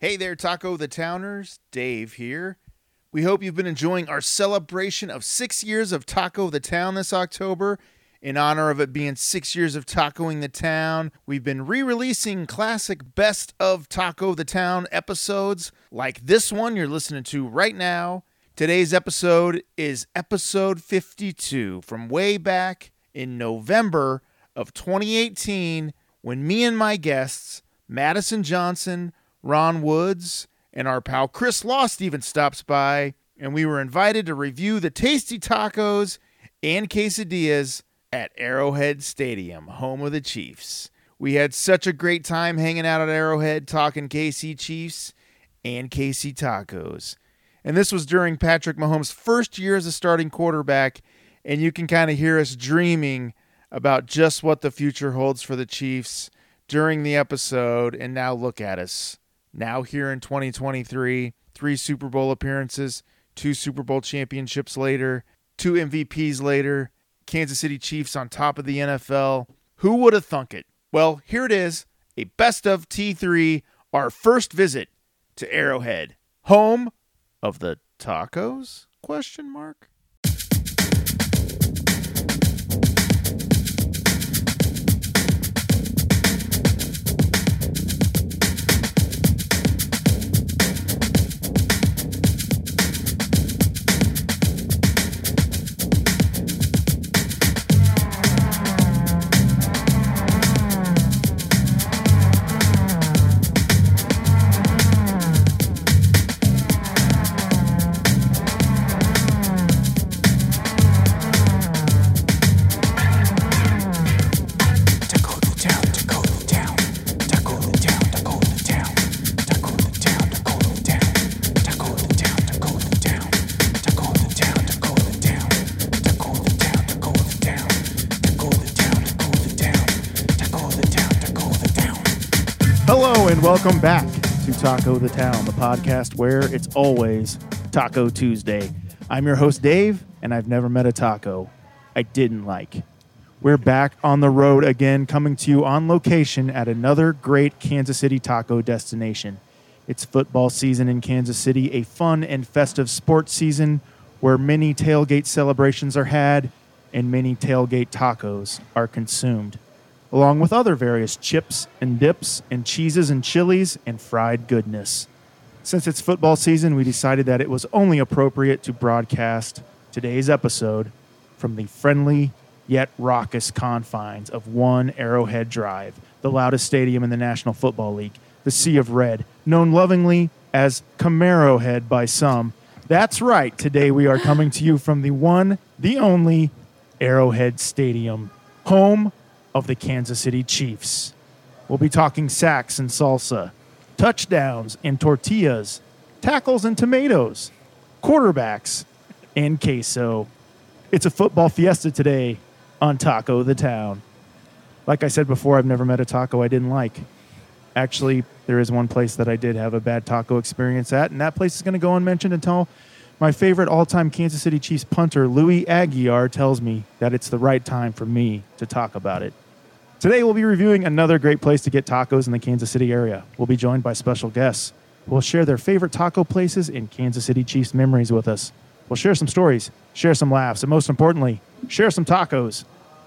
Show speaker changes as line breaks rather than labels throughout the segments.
Hey there, Taco the Towners. Dave here. We hope you've been enjoying our celebration of six years of Taco the Town this October. In honor of it being six years of tacoing the town, we've been re releasing classic best of Taco the Town episodes like this one you're listening to right now. Today's episode is episode 52 from way back in November of 2018 when me and my guests, Madison Johnson, Ron Woods, and our pal Chris Law Steven stops by, and we were invited to review the tasty tacos and quesadillas at Arrowhead Stadium, home of the Chiefs. We had such a great time hanging out at Arrowhead talking KC Chiefs and KC Tacos. And this was during Patrick Mahomes' first year as a starting quarterback. And you can kind of hear us dreaming about just what the future holds for the Chiefs during the episode. And now look at us. Now, here in 2023, three Super Bowl appearances, two Super Bowl championships later, two MVPs later, Kansas City Chiefs on top of the NFL. Who would have thunk it? Well, here it is a best of T3, our first visit to Arrowhead, home of the tacos? Question mark.
Dakota Town, Dakota Town, Dakota Town, Dakota Town, Dakota Town, Dakota Town, Dakota Town, Dakota Town, Dakota Town, Dakota Town, Dakota Town, Dakota Town, Dakota Town, Dakota Town, Dakota Town, Dakota Town.
Hello and welcome back to Taco the Town, the podcast where it's always Taco Tuesday. I'm your host, Dave, and I've never met a taco I didn't like. We're back on the road again, coming to you on location at another great Kansas City taco destination. It's football season in Kansas City, a fun and festive sports season where many tailgate celebrations are had and many tailgate tacos are consumed along with other various chips and dips and cheeses and chilies and fried goodness. Since it's football season, we decided that it was only appropriate to broadcast today's episode from the friendly yet raucous confines of one Arrowhead Drive, the loudest stadium in the National Football League, the Sea of Red, known lovingly as Camaro Head by some. That's right. Today we are coming to you from the one, the only Arrowhead Stadium, home of the Kansas City Chiefs. We'll be talking sacks and salsa, touchdowns and tortillas, tackles and tomatoes, quarterbacks and queso. It's a football fiesta today on Taco the Town. Like I said before, I've never met a taco I didn't like. Actually, there is one place that I did have a bad taco experience at, and that place is going to go unmentioned until my favorite all time Kansas City Chiefs punter, Louis Aguiar, tells me that it's the right time for me to talk about it. Today, we'll be reviewing another great place to get tacos in the Kansas City area. We'll be joined by special guests who will share their favorite taco places and Kansas City Chiefs memories with us. We'll share some stories, share some laughs, and most importantly, share some tacos.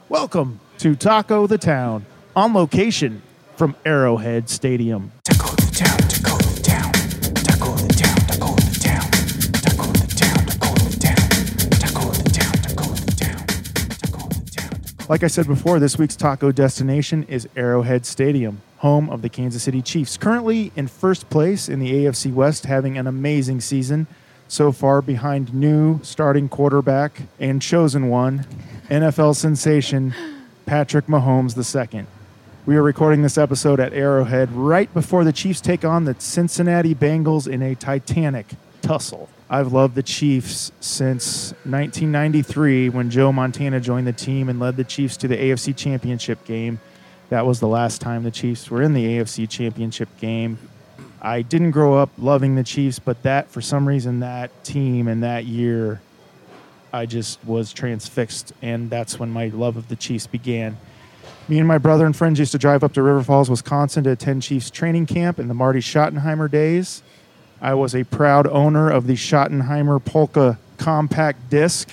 Welcome to Taco the Town on location from Arrowhead Stadium.
Dakota Town, Dakota Town, Dakota Town, Dakota Town, Dakota Town, Dakota Town, Dakota Town, Dakota Town, Dakota Town.
Like I said before, this week's taco destination is Arrowhead Stadium, home of the Kansas City Chiefs, currently in first place in the AFC West, having an amazing season so far behind new starting quarterback and chosen one, NFL sensation Patrick Mahomes II. We are recording this episode at Arrowhead right before the Chiefs take on the Cincinnati Bengals in a titanic tussle. I've loved the Chiefs since 1993 when Joe Montana joined the team and led the Chiefs to the AFC Championship game. That was the last time the Chiefs were in the AFC Championship game. I didn't grow up loving the Chiefs, but that for some reason that team and that year I just was transfixed, and that's when my love of the Chiefs began. Me and my brother and friends used to drive up to River Falls, Wisconsin to attend Chiefs training camp in the Marty Schottenheimer days. I was a proud owner of the Schottenheimer Polka compact disc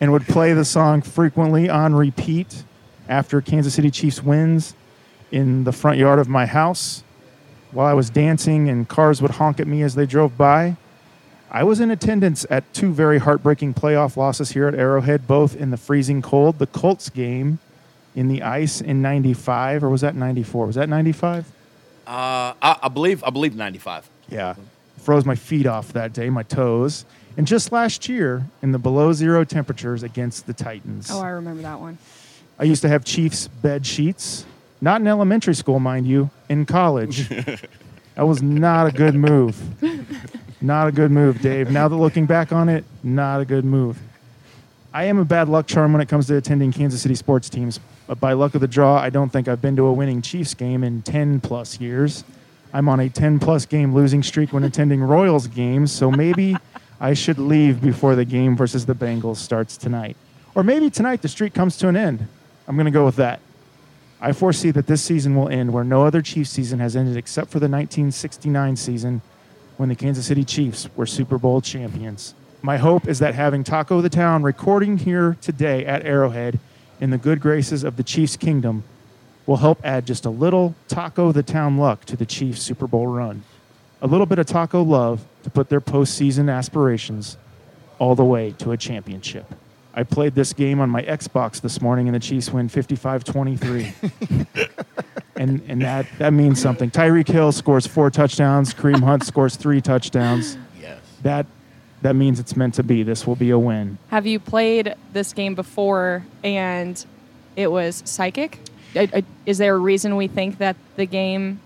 and would play the song frequently on repeat after Kansas City Chiefs wins in the front yard of my house. While I was dancing and cars would honk at me as they drove by, I was in attendance at two very heartbreaking playoff losses here at Arrowhead, both in the freezing cold, the Colts game in the ice in 95 or was that 94 was that 95
Uh, I, I believe I believe ninety five.
yeah froze my feet off that day my toes and just last year in the below zero temperatures against the titans
Oh, I remember that one.
I used to have chiefs bed sheets not in elementary school mind you in college that was not a good move not a good move dave now that looking back on it not a good move I am a bad luck charm when it comes to attending Kansas City sports teams. But by luck of the draw, I don't think I've been to a winning Chiefs game in 10 plus years. I'm on a 10 plus game losing streak when attending Royals games, so maybe I should leave before the game versus the Bengals starts tonight. Or maybe tonight the streak comes to an end. I'm going to go with that. I foresee that this season will end where no other Chiefs season has ended except for the 1969 season when the Kansas City Chiefs were Super Bowl champions. My hope is that having Taco the Town recording here today at Arrowhead in the good graces of the Chiefs kingdom will help add just a little Taco the Town luck to the Chiefs Super Bowl run. A little bit of taco love to put their postseason aspirations all the way to a championship. I played this game on my Xbox this morning and the Chiefs win 55 23 and and that that means something. Tyreek Hill scores four touchdowns. Kareem Hunt scores three touchdowns.
Yes.
That that means it's meant to be. This will be a win.
Have you played this game before and it was psychic? I, I, is there a reason we think that the game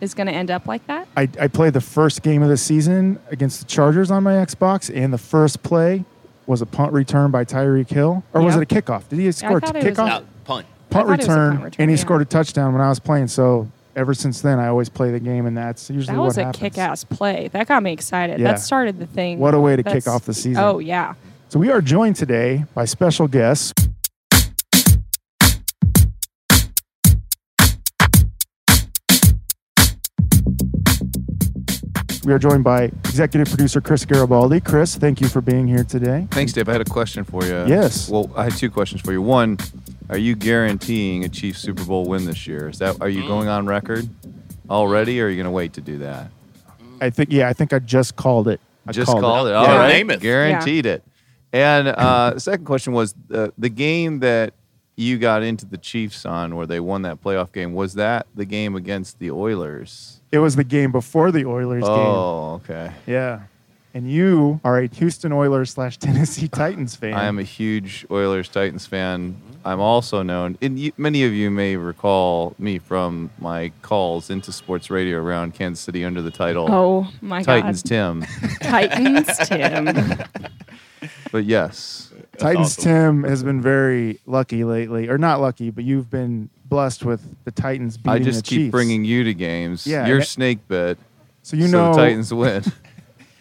is going to end up like that?
I, I played the first game of the season against the Chargers on my Xbox, and the first play was a punt return by Tyreek Hill, or was
Yeah.
it a kickoff? Did he score a
thought it was
kickoff?
a-
Now, punt.
punt
I thought it was a
return,
punt return,
and he
yeah.
scored a touchdown when I was playing. So ever since then, I always play the game, and that's usually
That
what
was a
happens.
kick-ass play. That got me excited.
Yeah.
That started the thing.
What a way to kick
That's-
off the season.
Oh yeah.
So we are joined today by special guests. We are joined by executive producer Chris Garibaldi. Chris, thank you for being here today.
Thanks, Dave. I had a question for you.
Yes.
Well, I had two questions for you. One, are you guaranteeing a Chiefs Super Bowl win this year? Is that are
Mm.
you going on record already, or are you going to wait to do that?
I think, yeah, I think I just called it. I
Just called, it.
Yeah,
All right.
name it.
Guaranteed it. And uh, the second question was uh, the game that you got into the Chiefs on, where they won that playoff game. Was that the game against the Oilers?
It was the game before the Oilers
Oh, okay.
game. Yeah. And you are a Houston Oilers slash Tennessee Titans fan.
I am a huge Oilers Titans fan. I'm also known, and you, many of you may recall me from my calls into sports radio around Kansas City under the title
Oh my
Titans
god.
Tim.
Titans Tim.
But yes,
Titans
awesome.
Tim has been very lucky lately, or not lucky, but you've been blessed with the Titans beating
I just
the
keep
Chiefs.
bringing you to games.
Yeah,
Your
and it-
snake bit.
so you
so
know
the Titans win.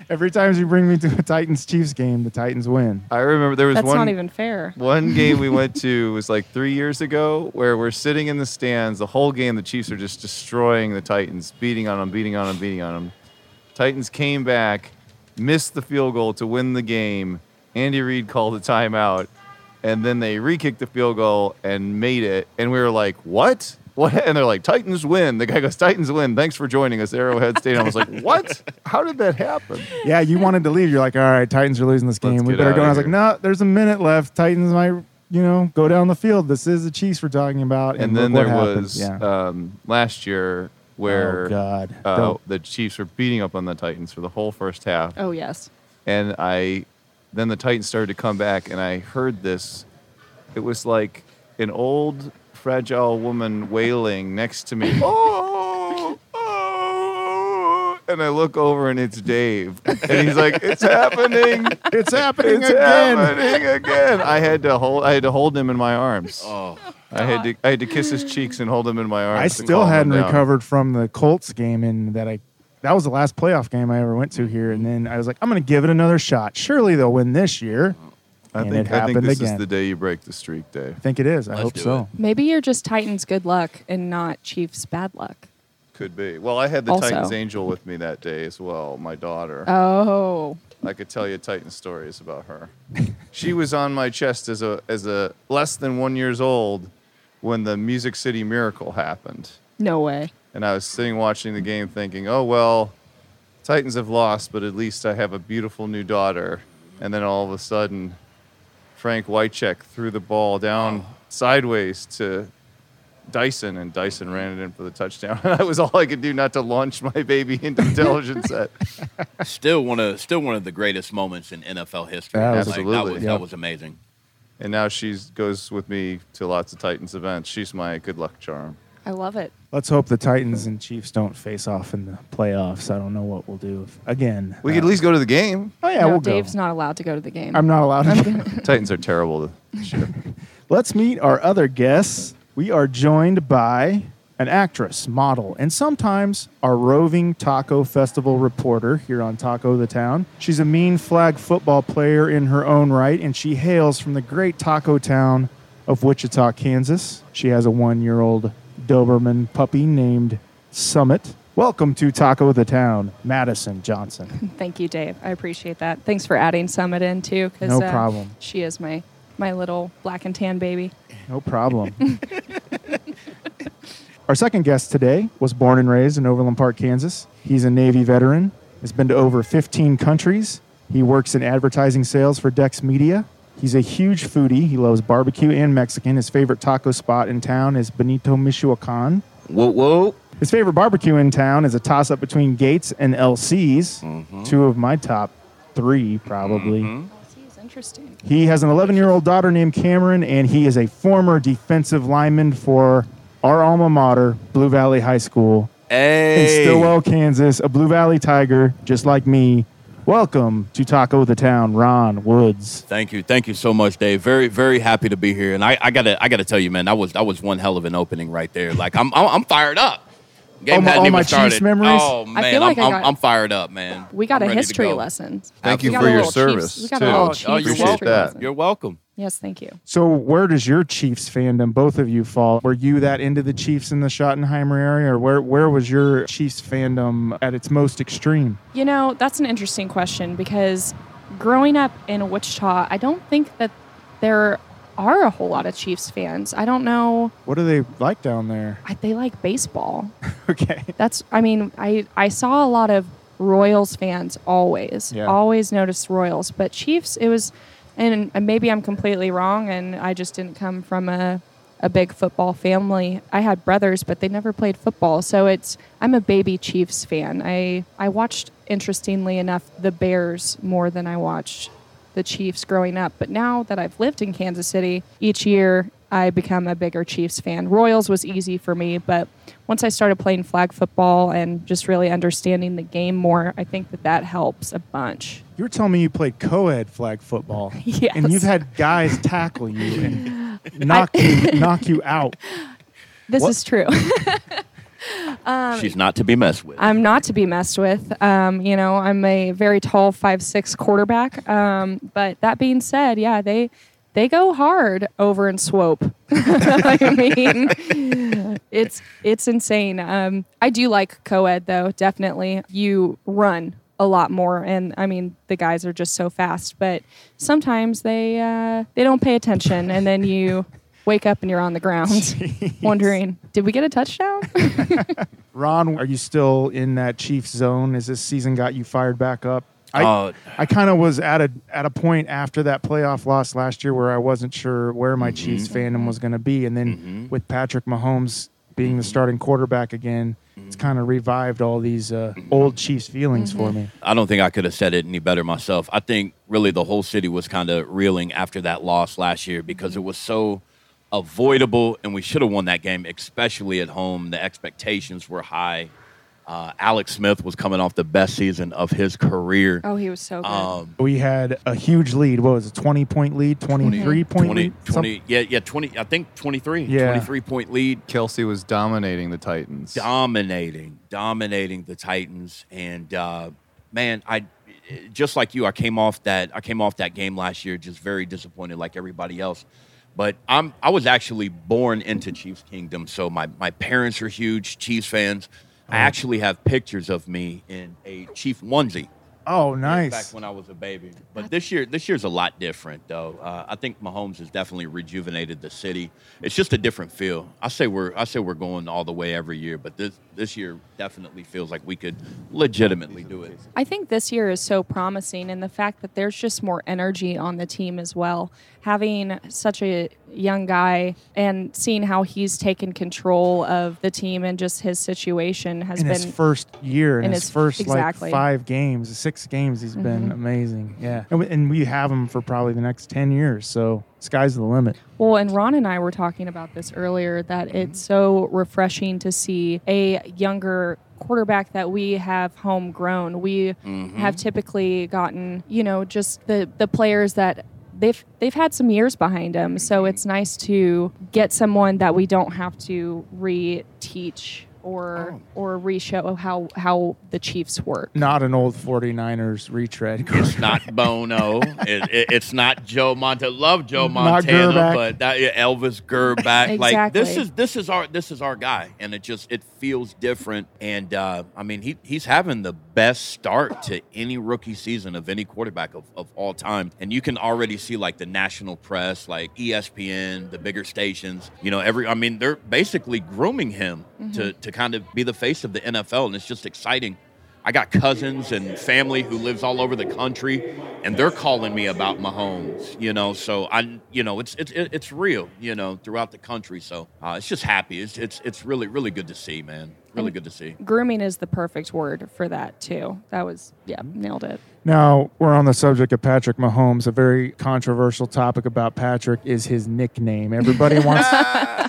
every time you bring me to a Titans Chiefs game, the Titans win.
I remember there was
That's
one
not even fair.
one game we went to was like three years ago where we're sitting in the stands the whole game the chiefs are just destroying the titans beating on them beating on them beating on them titans came back missed the field goal to win the game andy reid called a timeout and then they re-kicked the field goal and made it and we were like what what and they're like titans win the guy goes titans win thanks for joining us arrowhead stadium i was like what how did that happen
Yeah, you wanted to leave. You're like, all right, Titans are losing this game.
Let's
We
get
better
outta
go. And I was like,
here.
no, there's a minute left. Titans might, you know, go down the field. This is the Chiefs we're talking about. And,
and then
look
there
what happened.
was
yeah.
um, last year where
oh God,
uh,
Don't-
the Chiefs were beating up on the Titans for the whole first half,
Oh yes.
and I then the Titans started to come back, and I heard this. It was like an old fragile woman wailing next to me. oh, oh! And I look over, and it's Dave, and he's like, "It's happening."
it's happening
It's
again.
happening again. I had to hold. I had to hold him in my arms.
Oh,
I had to. I had to kiss his cheeks and hold him in my arms.
I
and
still
calm him
hadn't
down.
recovered from the Colts game and that I that was the last playoff game I ever went to here and then I was like I'm going to give it another shot. Surely they'll win this year.
I
And
think
it
I think
happened
this
again.
is the day you break the streak, Dave.
I think it is. I
Let's
hope
do
so.
Maybe you're just Titans good luck and not Chiefs bad luck.
Could be. Well, I had the
Also-
Titans Angel with me that day as well, my daughter.
Oh,
I could tell you Titan stories about her. she was on my chest as a as a less than one years old when the Music City Miracle happened,
no way.
and I was sitting watching the game, thinking, "Oh well, Titans have lost, but at least I have a beautiful new daughter." And then all of a sudden, Frank Wycheck threw the ball down sideways to Dyson, and Dyson ran it in for the touchdown. that was all I could do not to launch my baby into the television set.
Still one of still one of the greatest moments in NFL history.
That was-
Like,
Absolutely.
that was,
Yeah.
that was amazing.
And now she goes with me to lots of Titans events. She's my good luck charm.
I love it.
Let's hope the Titans and Chiefs don't face off in the playoffs. I don't know what we'll do if, again.
We could at
uh,
least go to the game.
Oh yeah,
no,
we'll
Dave's
go.
not allowed to go to the game.
I'm not allowed. To
Titans are terrible.
Let's meet our other guests. We are joined by an actress, model, and sometimes our roving taco festival reporter here on Taco the Town. She's a mean flag football player in her own right, and she hails from the great taco town of Wichita, Kansas. She has a one year old Doberman puppy named Summit. Welcome to Taco the Town, Madison Johnson.
Thank you, Dave. I appreciate that. Thanks for adding Summit in too, because
No problem.
She is my my little black and tan baby.
No problem. Our second guest today was born and raised in Overland Park, Kansas. He's a Navy veteran, has been to over 15 countries. He works in advertising sales for Dex Media. He's a huge foodie. He loves barbecue and Mexican. His favorite taco spot in town is Benito Michoacan.
Whoa, whoa.
His favorite barbecue in town is a toss up between Gates and LC's, two of my top three, probably.
He's Oh, interesting.
He has an 11 year old daughter named Cameron, and he is a former defensive lineman for our alma mater, Blue Valley High School in
Hey.
Stillwell, Kansas, a Blue Valley Tiger, just like me. Welcome to Taco the Town, Ron Woods.
Thank you, thank you so much, Dave. Very, very happy to be here. And I, I gotta, I gotta tell you, man, that was that was one hell of an opening right there. Like I'm, I'm, I'm fired up. Game
All my-
hadn't
all
even
my Chiefs
started.
memories?
Oh
I
man,
feel like I
I'm, I'm,
got-
I'm fired up, man.
We got
I'm
a
ready to
history
go.
lesson.
Thank
We
you
got
for
a
your
little Chiefs-
service,
we got a
too.
little
Oh,
Chiefs
Oh, you're
history
Appreciate that.
lesson.
welcome. You're welcome.
Yes, thank you.
So, where does your Chiefs fandom, both of you, fall? Were you that into the Chiefs in the Schottenheimer area, or where, where was your Chiefs fandom at its most extreme?
You know, that's an interesting question because growing up in Wichita, I don't think that there are a whole lot of Chiefs fans. I don't know.
What are they like down there?
I- They like baseball.
Okay.
That's. I mean, I I saw a lot of Royals fans always.
Yeah.
Always noticed Royals, but Chiefs. It was, and maybe I'm completely wrong, and I just didn't come from a a big football family. I had brothers, but they never played football, so it's. I'm a baby Chiefs fan. I I watched interestingly enough the Bears more than I watched the Chiefs growing up, but now that I've lived in Kansas City, each year I become a bigger Chiefs fan. Royals was easy for me, but once I started playing flag football and just really understanding the game more, I think that that helps a bunch.
You were telling me you played co-ed flag football.
Yes.
And you've had guys tackle you and knock you knock you out.
This
What-
is true. Um,
She's not to be messed with.
I'm not to be messed with. Um, you know, I'm a very tall five six quarterback. Um, but that being said, yeah, they they go hard over in Swope. I mean, it's it's insane. Um, I do like co-ed though. Definitely, you run a lot more, and I mean the guys are just so fast. But sometimes they uh, they don't pay attention, and then you wake up and you're on the ground, wondering, did we get a touchdown?
Ron, are you still in that Chiefs zone? Has this season got you fired back up? I,
Uh,
I kind of was at a at a point after that playoff loss last year where I wasn't sure where my Chiefs fandom was going to be, and then with Patrick Mahomes being the starting quarterback again, it's kind of revived all these uh, old Chiefs feelings for me.
I don't think I could have said it any better myself. I think really the whole city was kind of reeling after that loss last year because it was so avoidable and we should have won that game, especially at home. The expectations were high. Uh, Alex Smith was coming off the best season of his career.
oh, he was so good.
Um,
We had a huge lead. What was it? Twenty point lead, twenty three point
20,
lead, Some-
20 yeah, yeah, 20, I think 23,
Yeah.
23 point lead.
Kelsey was dominating the Titans.
dominating, dominating the Titans. And uh, man, I eh, just like you, I came off that I came off that game last year just very disappointed, like everybody else. But I'm I was actually born into Chiefs Kingdom, so my my parents are huge Chiefs fans. I actually have pictures of me in a Chief onesie
Oh,
back
nice.
when I was a baby. But this year, this year's a lot different, though. Uh, I think Mahomes has definitely rejuvenated the city. It's just a different feel. I say we're I say we're going all the way every year, but this this year definitely feels like we could legitimately do it.
I think this year is so promising, and the fact that there's just more energy on the team as well. Having such a young guy and seeing how he's taken control of the team and just his situation has
In
been
his first year, in,
in
his,
his-
first
exactly. Mm-hmm.
like five games, six games, he's been amazing. Yeah, and we, and we have him for probably the next ten years. So sky's the limit.
Well, and Ron and I were talking about this earlier that it's so refreshing to see a younger quarterback that we have homegrown. We have typically gotten, you know, just the the players that they've they've had some years behind them. So it's nice to get someone that we don't have to reteach or or re-show how how the Chiefs work.
Not an old 49ers retread.
It's not Bono. it, it, it's not Joe Montana. Love Joe
Not
Montana,
Gerback.
but that, yeah, Elvis Gerback. Like this
Exactly.
is this is our this is our guy, and it just it feels different. And uh, I mean, he he's having the best start to any rookie season of any quarterback of, of all time, and you can already see like the national press, like E ESPN, the bigger stations. You know, every I mean, they're basically grooming him to to kind of be the face of the NFL, and it's just exciting. I got cousins and family who lives all over the country, and they're calling me about Mahomes. You know, so I, you know, it's it's it- it's real. You know, throughout the country. So uh, it's just happy. It's it's it's really really good to see, man. Really good to see.
Grooming is the perfect word for that too. That was yeah, nailed it.
Now, we're on the subject of Patrick Mahomes. A very controversial topic about Patrick is his nickname. Everybody wants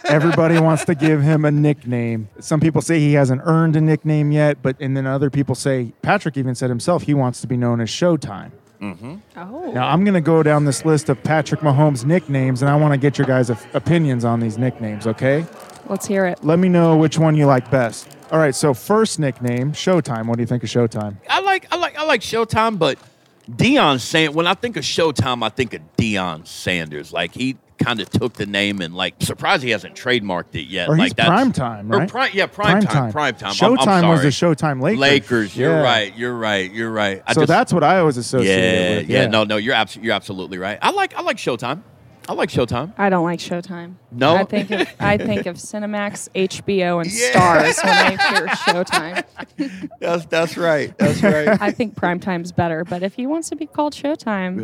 everybody wants to give him a nickname. Some people say he hasn't earned a nickname yet, but and then other people say Patrick even said himself he wants to be known as Showtime.
Oh.
Now, I'm going to go down this list of Patrick Mahomes nicknames and I want to get your guys' opinions on these nicknames, okay?
Let's hear it.
Let me know which one you like best. All right, so first nickname, Showtime. What do you think of Showtime?
I like I like I like Showtime, but Dion Sand. When I think of Showtime, I think of Dion Sanders. Like he kind of took the name and like surprised he hasn't trademarked it yet.
Or he's
like
primetime,
or
right?
pri- yeah, prime, time, prime time. I'm-
Showtime
I'm
was the
sorry.
Showtime Lakers.
Lakers. You're
Yeah.
right. You're right. You're right. I
so
just-
that's what I always associate
yeah,
it with.
yeah, No, no, you're absolutely you're absolutely right. I like I like Showtime. I like Showtime.
I don't like Showtime.
No?
I think of, I think of Cinemax, HBO, and Stars when I hear Showtime.
That's that's right. That's right.
I think Primetime's better, but if he wants to be called Showtime,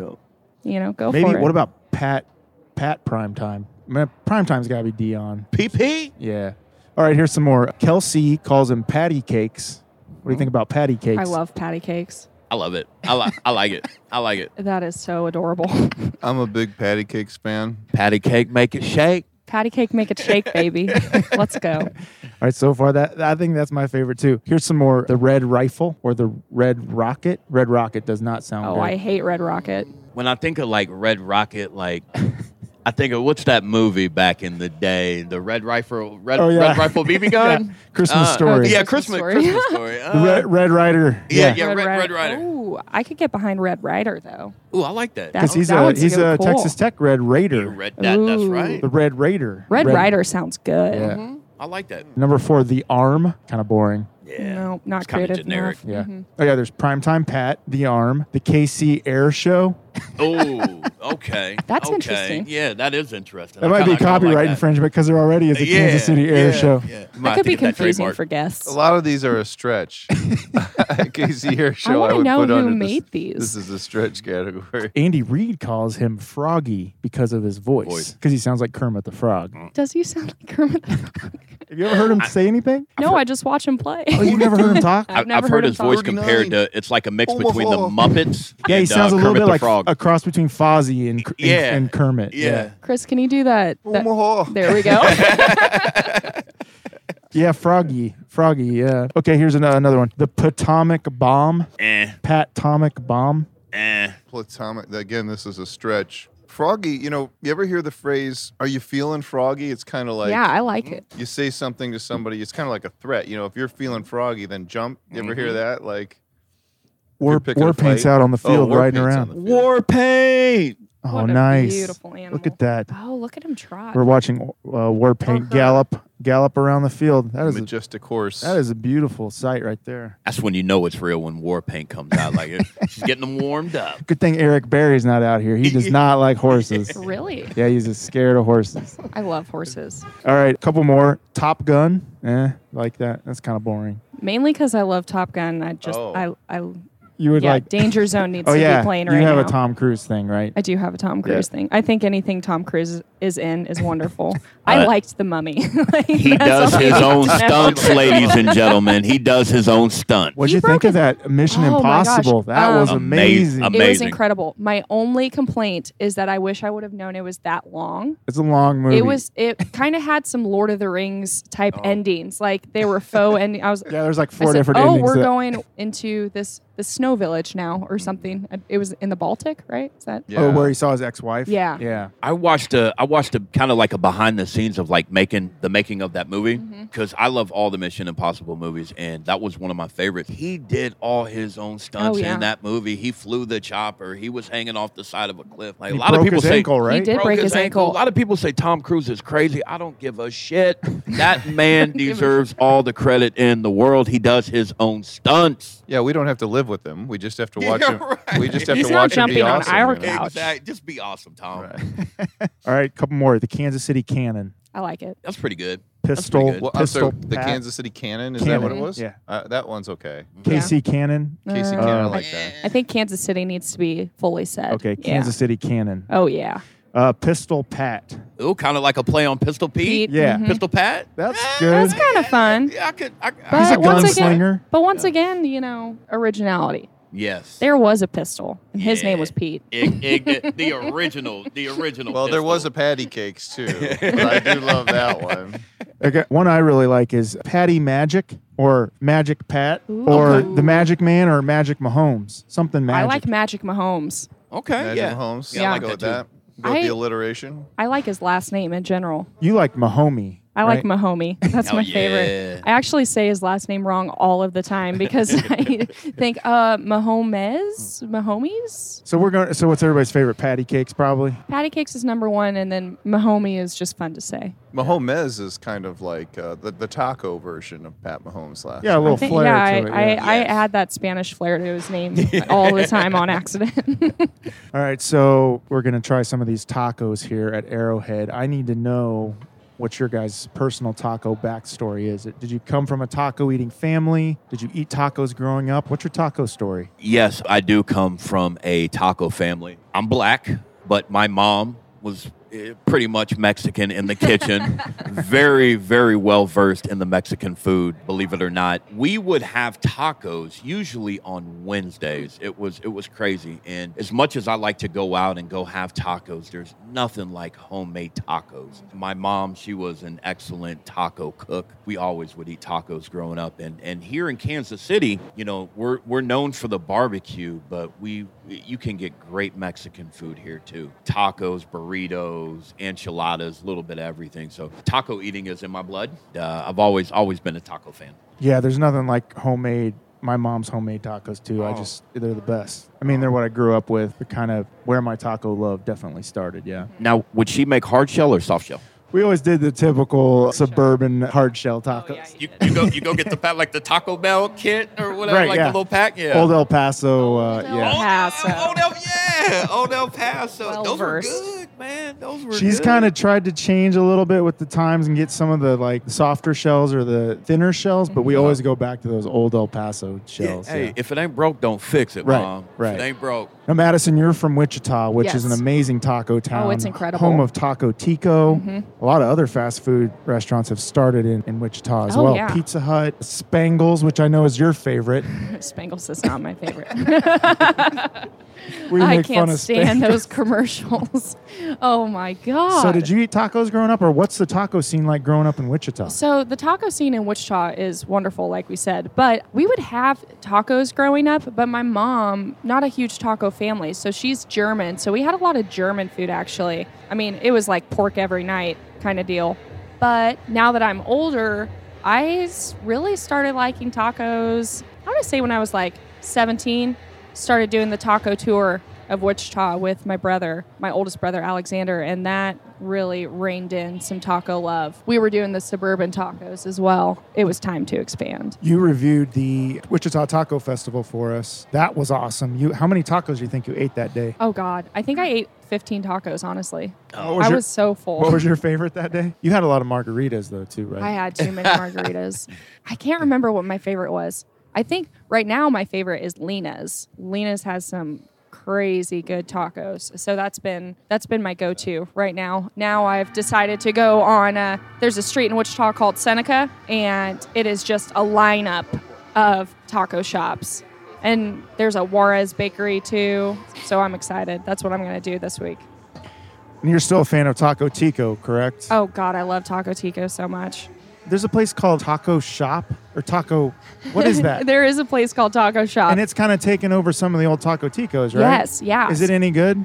you know, go
Maybe
for it.
what about Pat Pat Primetime? Man, Primetime's got to be Dion.
PP.
Yeah. All right, here's some more. Kelsey calls him Patty Cakes. What do you think about Patty Cakes?
I love patty cakes.
I love it. I like I like it. I like it.
That is so adorable.
I'm a big patty cakes fan.
Patty cake, make it shake.
patty cake, make it shake, baby. Let's go.
All right, so far that I think that's my favorite too. Here's some more. The Red Rifle or the Red Rocket. Red Rocket does not sound.
Oh,
good.
I hate Red Rocket.
When I think of like Red Rocket, like I think of what's that movie back in the day? The Red Rifle, Red,
Oh, yeah.
Red Rifle BB gun.
Christmas
Uh,
Story.
Yeah,
Christmas
Christmas,
Story.
Christmas story.
The
Uh,
Red, Red Rider.
yeah, yeah, Red,
Ri-
Red Rider.
Ooh, I could get behind Red Rider though.
Ooh, I like that.
That-
Because he's
that
a
one's
he's
good,
a
cool.
Texas Tech Red Raider.
Red, that that's
Ooh.
right.
The Red Raider.
Red, Rider sounds good.
Yeah.
Mhm. I like that.
Number four, the arm. Kind of boring.
Yeah.
No, not
It's kinda
creative
generic.
enough.
Yeah. Oh yeah. There's primetime Pat, the arm, the KC Air Show.
Oh, okay.
That's
okay.
interesting.
Yeah, that is interesting.
That
I
might
kinda-
be
I kinda like
copyright
that.
infringement because there already is a
Yeah,
Kansas City Air
yeah,
Show.
Yeah. You might
That
have
could
to
be
get that
confusing
trademark.
for guests.
A lot of these are a stretch. Casey Air Show.
wanna
would
know
put
who
under this-
made these.
This is a stretch category.
Andy Reid calls him Froggy because of his voice,
Voice.
because he sounds like Kermit the Frog.
Does he sound like Kermit? the Frog?
Have you ever heard him say anything?
no, I just watch him play.
Oh, you never heard him talk?
I've never
I've heard
him
his voice
talk.
compared to it's like a mix between the
Oh.
Muppets.
Yeah, he
and, uh,
sounds a little
Kermit
bit
the
like
Frog.
a cross between Fozzie and, and,
Yeah.
and Kermit.
yeah.
Chris, can you do that?
Oh,
that-
Omaha.
there we go.
Yeah, Froggy. Froggy, yeah. Okay, here's an- another one. The Potomac Bomb.
Eh,
Pat Tomic Bomb.
eh.
Platonic. Again, this is a stretch. Froggy, you know, you ever hear the phrase, are you feeling froggy? It's kind of like
yeah, I like it.
you say something to
Mm-hmm.
somebody, it's kind of like a threat. You know, if you're feeling froggy, then jump. You ever hear that? Like,
war,
picking a
war paints
fight.
out on the
Oh,
field
war
riding
paint's on
around.
the field.
War paint.
oh,
What a
nice!
beautiful
Look
animal. Uh-huh.
at that.
Oh, look at him try.
We're watching uh, war paint
her.
gallop gallop around the field. That is a,
Majestic horse.
that is a beautiful sight right there.
That's when you know it's real when war paint comes out. Like it- she's getting them warmed up.
Good thing Eric Berry's not out here. He does not like horses.
Really?
Yeah, he's just scared of horses.
I love horses.
All right, a couple more. Top Gun. Eh, like that. That's kind of boring.
Mainly because I love Top Gun. I just,
Oh.
I, I,
You would
yeah,
like.
Danger Zone needs
oh
to
yeah,
be playing
you
right
have
now.
a Tom Cruise thing, right?
I do have a Tom Cruise thing. I think anything Tom Cruise is in is wonderful. I
Uh,
liked The Mummy. Like,
He
that's
does
all
his
I
own
know.
stunts, ladies and gentlemen. He does his own stunt.
What'd
He
you think
broke
of that Mission
Oh my gosh.
Impossible? That was
Um, Ama-
amazing.
ama-
It was
Amazing.
incredible. My only complaint is that I wish I would have known it was that long.
It's a long movie.
It was. It kind of had some Lord of the Rings type endings. Like they were faux, and I was.
Yeah, there's like
I
Oh. four
said,
different
oh,
endings.
we're
that-
going into this the snow village now or something. Uh, It was in the Baltic, right? Is that
yeah.
Oh, where he saw his ex-wife.
Yeah.
Yeah.
I watched a I watched a kind of like a behind the scenes of like making the making of that movie
Mm-hmm.
because I love all the Mission Impossible movies and that was one of my favorites. He did all his own stunts
Oh, yeah.
in that movie. He flew the chopper. He was hanging off the side of a cliff. Like
He
a lot of
broke
people
his
say,
ankle, right?
did. break his ankle.
A lot of people say Tom Cruise is crazy. I don't give a shit. That man deserves all the credit in the world. He does his own stunts.
Yeah, we don't have to live with them. We just have to watch
Yeah,
him.
right.
We just have
He's
to
not
watch him be
jumping on
awesome.
our
you know?
couch.
Exact- Just be awesome, Tom.
Right.
All right, couple more. The Kansas City Cannon
I like it.
That's pretty good.
pistol.
good.
Well, I'm
pistol
sorry, the
Pat-
Kansas City Cannon. Is that what it
Cannon,
was?
yeah.
Uh, that one's okay.
KC Cannon.
Casey
Uh,
Cannon, I
Uh,
like that.
I think Kansas City needs to be fully said.
Okay,
Uh, Yeah.
Kansas City Cannon.
Oh yeah.
Uh, pistol Pat.
Ooh, kind of like a play on Pistol Pete.
Pete.
Yeah.
Mhm.
Pistol Pat.
That's
Yeah,
good.
That's kind of fun.
Yeah, I could. I, I,
But
He's a
once
gunslinger.
again, but once again, you know, originality.
yes.
There was a pistol, and his
Yeah.
name was Pete.
Ig- ig- the original. The original.
Well, there was a
pistol.
patty cakes too. but I do love that one.
Okay, one I really like is Patty Magic or Magic Pat or
Ooh.
the Magic Man or Magic Mahomes. Something magic.
I like Magic Mahomes.
Okay.
Magic
yeah.
Mahomes.
Yeah,
I
I'll
like
go
that
with
too.
that. Go with
I-
the alliteration.
I like his last name in general.
you like Mahomey.
I
right?
like Mahomey. That's
Hell
my favorite.
Oh, yeah.
I actually say his last name wrong all of the time because I think uh, Mahomes, Mahomes.
So we're going. So what's everybody's favorite patty cakes? Probably.
Patty Cakes is number one, and then Mahomey is just fun to say.
Mahomes is kind of like uh, the, the taco version of Pat Mahomes last.
Yeah, a
year.
little
I think-
flair
yeah, I,
to it.
I,
yeah.
I
Yes.
add that Spanish flair to his name all the time on accident.
All right, so we're gonna try some of these tacos here at Arrowhead. I need to know what your guys' personal taco backstory is. Did you come from a taco eating family? Did you eat tacos growing up? What's your taco story?
Yes, I do come from a taco family. I'm black, but my mom was eh, pretty much Mexican in the kitchen. very, very well versed in the Mexican food, believe it or not. We would have tacos usually on Wednesdays. It was it was crazy. And as much as I like to go out and go have tacos, there's nothing like homemade tacos. My mom, she was an excellent taco cook. We always would eat tacos growing up. And and here in Kansas City, you know, we're we're known for the barbecue, but we you can get great Mexican food here too. Tacos, burritos, enchiladas, a little bit of everything. So taco eating is in my blood. Uh, I've always always been a taco fan.
Yeah, there's nothing like homemade. My mom's homemade tacos too. I
Oh.
just they're the best. I mean, they're what I grew up with. They're kind of where my taco love definitely started. Yeah,
Now, would she make hard shell or soft shell?
we always did the typical suburban hard shell
Oh,
tacos.
You, you go you go get the pack like the Taco Bell kit or whatever,
Right,
like
yeah.
the little pack. Yeah.
Old El Paso. Uh,
Oh, Old El
yeah,
Oh,
Paso. Paso.
Old El, yeah, Old El Paso.
Well
Those were
versed.
good, man. Those were.
She's
good.
kind of tried to change a little bit with the times and get some of the like softer shells or the thinner shells, but we always go back to those old El Paso
Mm-hmm. Yeah,
shells.
hey,
yeah.
if it ain't broke, don't fix it,
Right,
mom.
right.
If it ain't broke.
Now, Madison, you're from Wichita, which is an
Yes. Oh,
amazing taco town.
it's incredible. Mm-hmm.
Home of Taco Tico. A lot of other fast food restaurants have started in, in Wichita as
Oh,
well.
yeah.
Pizza Hut, Spangles, which I know is your favorite.
Spangles is not my favorite.
We
I
make fun
can't
of
stand
Spangles.
those commercials. oh my god!
So, did you eat tacos growing up, or what's the taco scene like growing up in Wichita?
So the taco scene in Wichita is wonderful, like we said. But we would have tacos growing up. But my mom, not a huge taco family, so she's German. So we had a lot of German food actually. I mean, it was like pork every night kind of deal. But now that I'm older, I s- really started liking tacos. I want to say when I was like 17. started doing the taco tour of Wichita with my brother, my oldest brother Alexander, and that really reined in some taco love. We were doing the suburban tacos as well. It was time to expand.
You reviewed the Wichita Taco Festival for us. That was awesome. You, how many tacos do you think you ate that day?
Oh God, I think I ate 15 tacos. Honestly,
What Oh, was
I
your-
was so full.
What was your favorite that day? You had a lot of margaritas though, too, right?
I had too many margaritas. I can't remember what my favorite was. I think right now my favorite is Lena's. Lena's has some crazy good tacos. So that's been that's been my go-to right now. Now I've decided to go on uh there's a street in Wichita called Seneca and it is just a lineup of taco shops. And there's a Juarez bakery too. So I'm excited. That's what I'm going to do this week.
And you're still a fan of Taco Tico, correct?
Oh god, I love Taco Tico so much.
There's a place called Taco Shop or Taco. What is that?
there is a place called Taco Shop.
Uh, and it's kind of taken over some of the old Taco Ticos, right?
Yes, yeah.
Is it any good?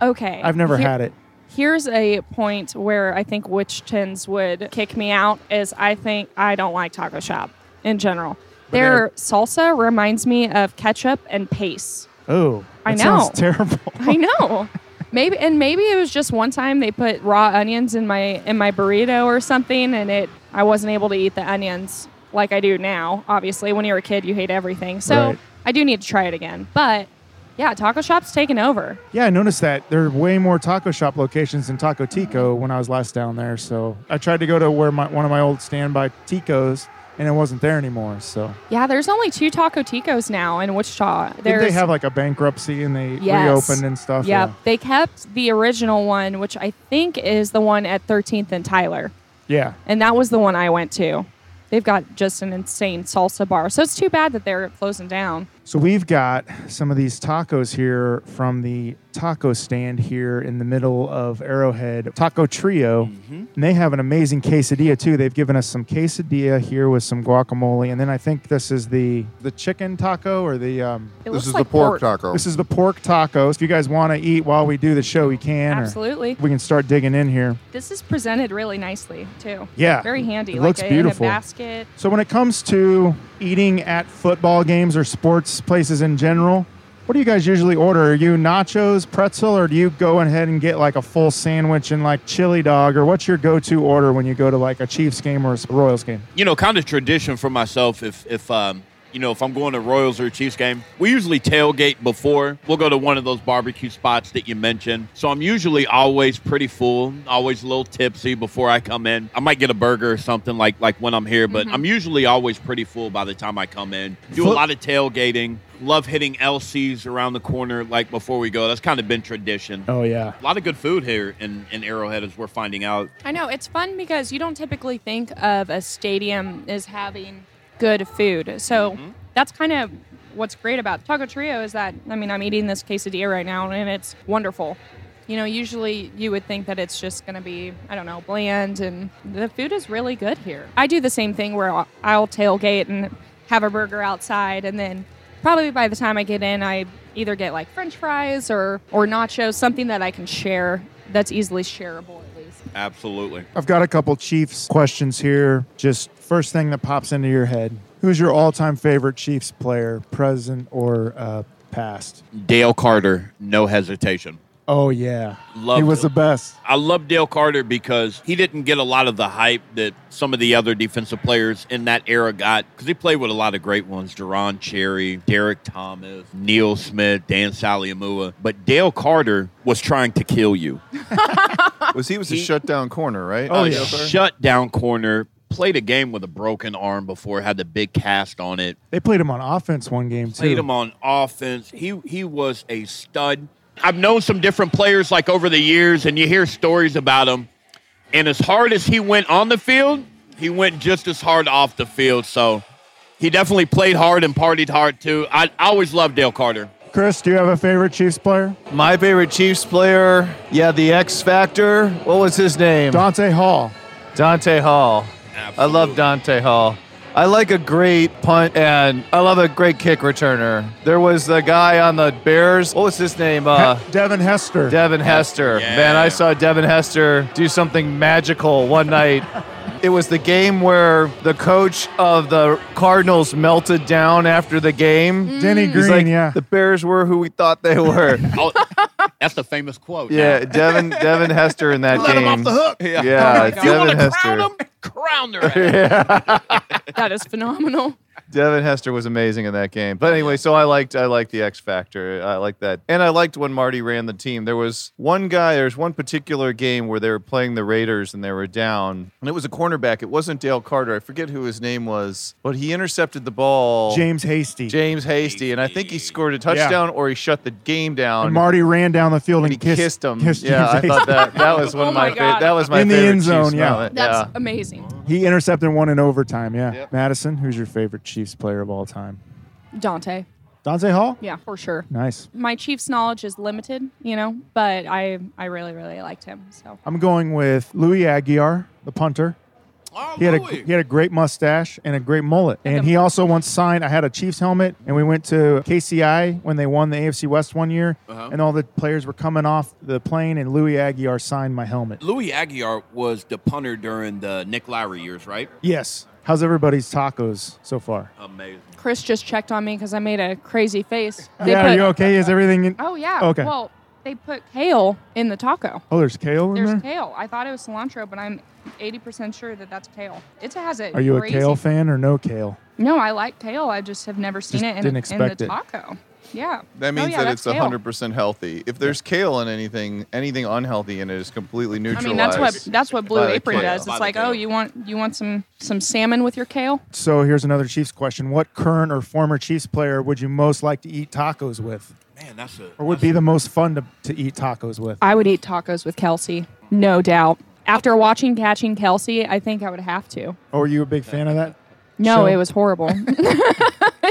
Okay.
I've never
Here-
had it.
Here's a point where I think Witchtons would kick me out is I think I don't like taco shop in general. Their salsa reminds me of ketchup and paste.
Oh,
I
that
know.
Sounds terrible.
I know. Maybe and maybe it was just one time they put raw onions in my in my burrito or something and it I wasn't able to eat the onions like I do now. Obviously, when you're a kid, you hate everything. So,
Right.
I do need to try it again. But yeah, taco shop's taken over.
Yeah, I noticed that there are way more taco shop locations than Taco Tico when I was last down there. So I tried to go to where my, one of my old standby Ticos, and it wasn't there anymore. So
Yeah, there's only two Taco Ticos now in Wichita. There's,
did they have like a bankruptcy and they
Yes.
reopened and stuff?
Yep, they kept the original one, which I think is the one at 13th and Tyler,
Yeah.
and that was the one I went to. They've got just an insane salsa bar, so it's too bad that they're closing down.
So we've got some of these tacos here from the taco stand here in the middle of Arrowhead Taco Trio. And they have an amazing quesadilla too. They've given us some quesadilla here with some guacamole, and then I think this is the the chicken taco or the um,
It
This
looks
is
like
the pork, taco.
this is the pork taco. If you guys want to eat while we do the show, we can. or
Absolutely,
we can start digging in here.
this is presented really nicely too.
Yeah,
very handy.
it
like
looks
a-
beautiful.
In a basket.
So when it comes to eating at football games or sports places in general, what do you guys usually order? Are you nachos, pretzel, or do you go ahead and get like a full sandwich and like chili dog? Or what's your go-to order when you go to like a Chiefs game or a Royals game?
you know, kind of tradition for myself. If if um, you know, if I'm going to Royals or Chiefs game, we usually tailgate before. We'll go to one of those barbecue spots that you mentioned. So I'm usually always pretty full, always a little tipsy before I come in. I might get a burger or something like like when I'm here, but I'm usually always pretty full by the time I come in. Do a lot of tailgating. Love hitting LCs around the corner like before we go. That's kind of been tradition.
Oh yeah.
A lot of good food here in, in Arrowhead as we're finding out.
I know it's fun because you don't typically think of a stadium as having good food. So that's kind of what's great about Taco Trio is that I mean I'm eating this quesadilla right now and it's wonderful. You know, usually you would think that it's just going to be, I don't know, bland, and the food is really good here. I do the same thing where I'll- I'll tailgate and have a burger outside, and then probably by the time I get in, I either get like French fries or or nachos, something that I can share that's easily shareable at least.
Absolutely.
I've got a couple Chiefs questions here. Just first thing that pops into your head: Who's your all-time favorite Chiefs player, present or uh, past?
Dale Carter, no hesitation.
Oh yeah,
Loved
he was
it.
the best.
I love Dale Carter because he didn't get a lot of the hype that some of the other defensive players in that era got because he played with a lot of great ones Duron Cherry, Derek Thomas, Neil Smith, Dan Saliamua. But Dale Carter was trying to kill you.
Was he was a
He-
shutdown corner, right?
Oh,
A
yeah.
Shut down corner, played a game with a broken arm before, had the big cast on it.
They played him on offense one game too.
Played him on offense. He he was a stud. I've known some different players like over the years, and you hear stories about him. And as hard as he went on the field, he went just as hard off the field. So he definitely played hard and partied hard too. I, I always loved Dale Carter.
Chris, do you have a favorite Chiefs player?
My favorite Chiefs player, yeah, the X Factor. What was his name?
Dante Hall.
Dante Hall. I love
Absolutely.
Dante Hall. I like a great punt and I love a great kick returner. There was the guy on the Bears. What was his name? Uh,
He- Devin Hester.
Devin Hester.
Yeah.
Man, I saw Devin Hester do something magical one night It was the game where the coach of the Cardinals melted down after the game.
Denny Green,
He's like,
yeah.
the Bears were who we thought they were.
Oh, that's the famous quote.
yeah, Devin Devin Hester in that
Let
game.
him off the hook. Yeah.
Yeah,
Oh my God. You
Devin
want to crown
Hester.
them? Crown their ass.
That is phenomenal.
Devin Hester was amazing in that game. But anyway, so I liked I liked the X Factor. I liked that. And I liked when Marty ran the team. There was one guy, there's one particular game where they were playing the Raiders and they were down. And it was a cornerback. It wasn't Dale Carter. I forget who his name was, but he intercepted the ball.
James Hasty.
James Hasty. And I think he scored a touchdown or he shut the game down.
And Marty ran down the field and,
and he kissed, him.
kissed
yeah, I
James
thought that that was one
Oh
of my,
my
favorite.
God.
That was my
In the
favorite
end
Chiefs
zone, yeah.
moment.
That's
yeah.
amazing.
He intercepted one in overtime. Yeah.
Yep.
Madison, who's your favorite Chiefs player of all time?
Dante.
Dante Hall.
Yeah, for sure.
Nice.
My Chiefs knowledge is limited, you know, but I I really really liked him. So
I'm going with Louis Aguiar, the punter.
Oh,
He had a
Louis.
he had a great mustache and a great mullet, and he also once signed. I had a Chiefs helmet, and we went to KCI when they won the AFC West one year,
Uh-huh.
and all the players were coming off the plane, and Louis Aguiar signed my helmet.
Louis Aguiar was the punter during the Nick Lowry years, right?
Yes. How's everybody's tacos so far?
Amazing.
Chris just checked on me because I made a crazy face. They
yeah,
put,
are you okay? Is everything? In-
Oh yeah.
Okay.
Well, they put kale in the taco.
oh, there's kale in
There's
there.
kale. I thought it was cilantro, but I'm 80% sure that that's kale. It has it.
Are you a kale fan or no kale?
No, I like kale. I just have never seen
Just
it in,
didn't
in
expect
the
it.
taco. Yeah.
That
Oh,
means
yeah,
that
that's
it's
kale.
hundred percent healthy. If there's kale in anything, anything unhealthy in it is completely
I
neutralized.
mean that's what that's what Blue
By the
Apron
kale.
does.
By
It's
the
like,
kale.
oh, you want you want some some salmon with your kale?
So here's another Chiefs question: What current or former Chiefs player would you most like to eat tacos with,
Man, that's a.
or would be the most fun to, to eat tacos with?
I would eat tacos with Kelsey, no doubt. After watching Catching Kelsey, I think I would have to.
Or were you a big fan of that?
No,
Show?
it was horrible.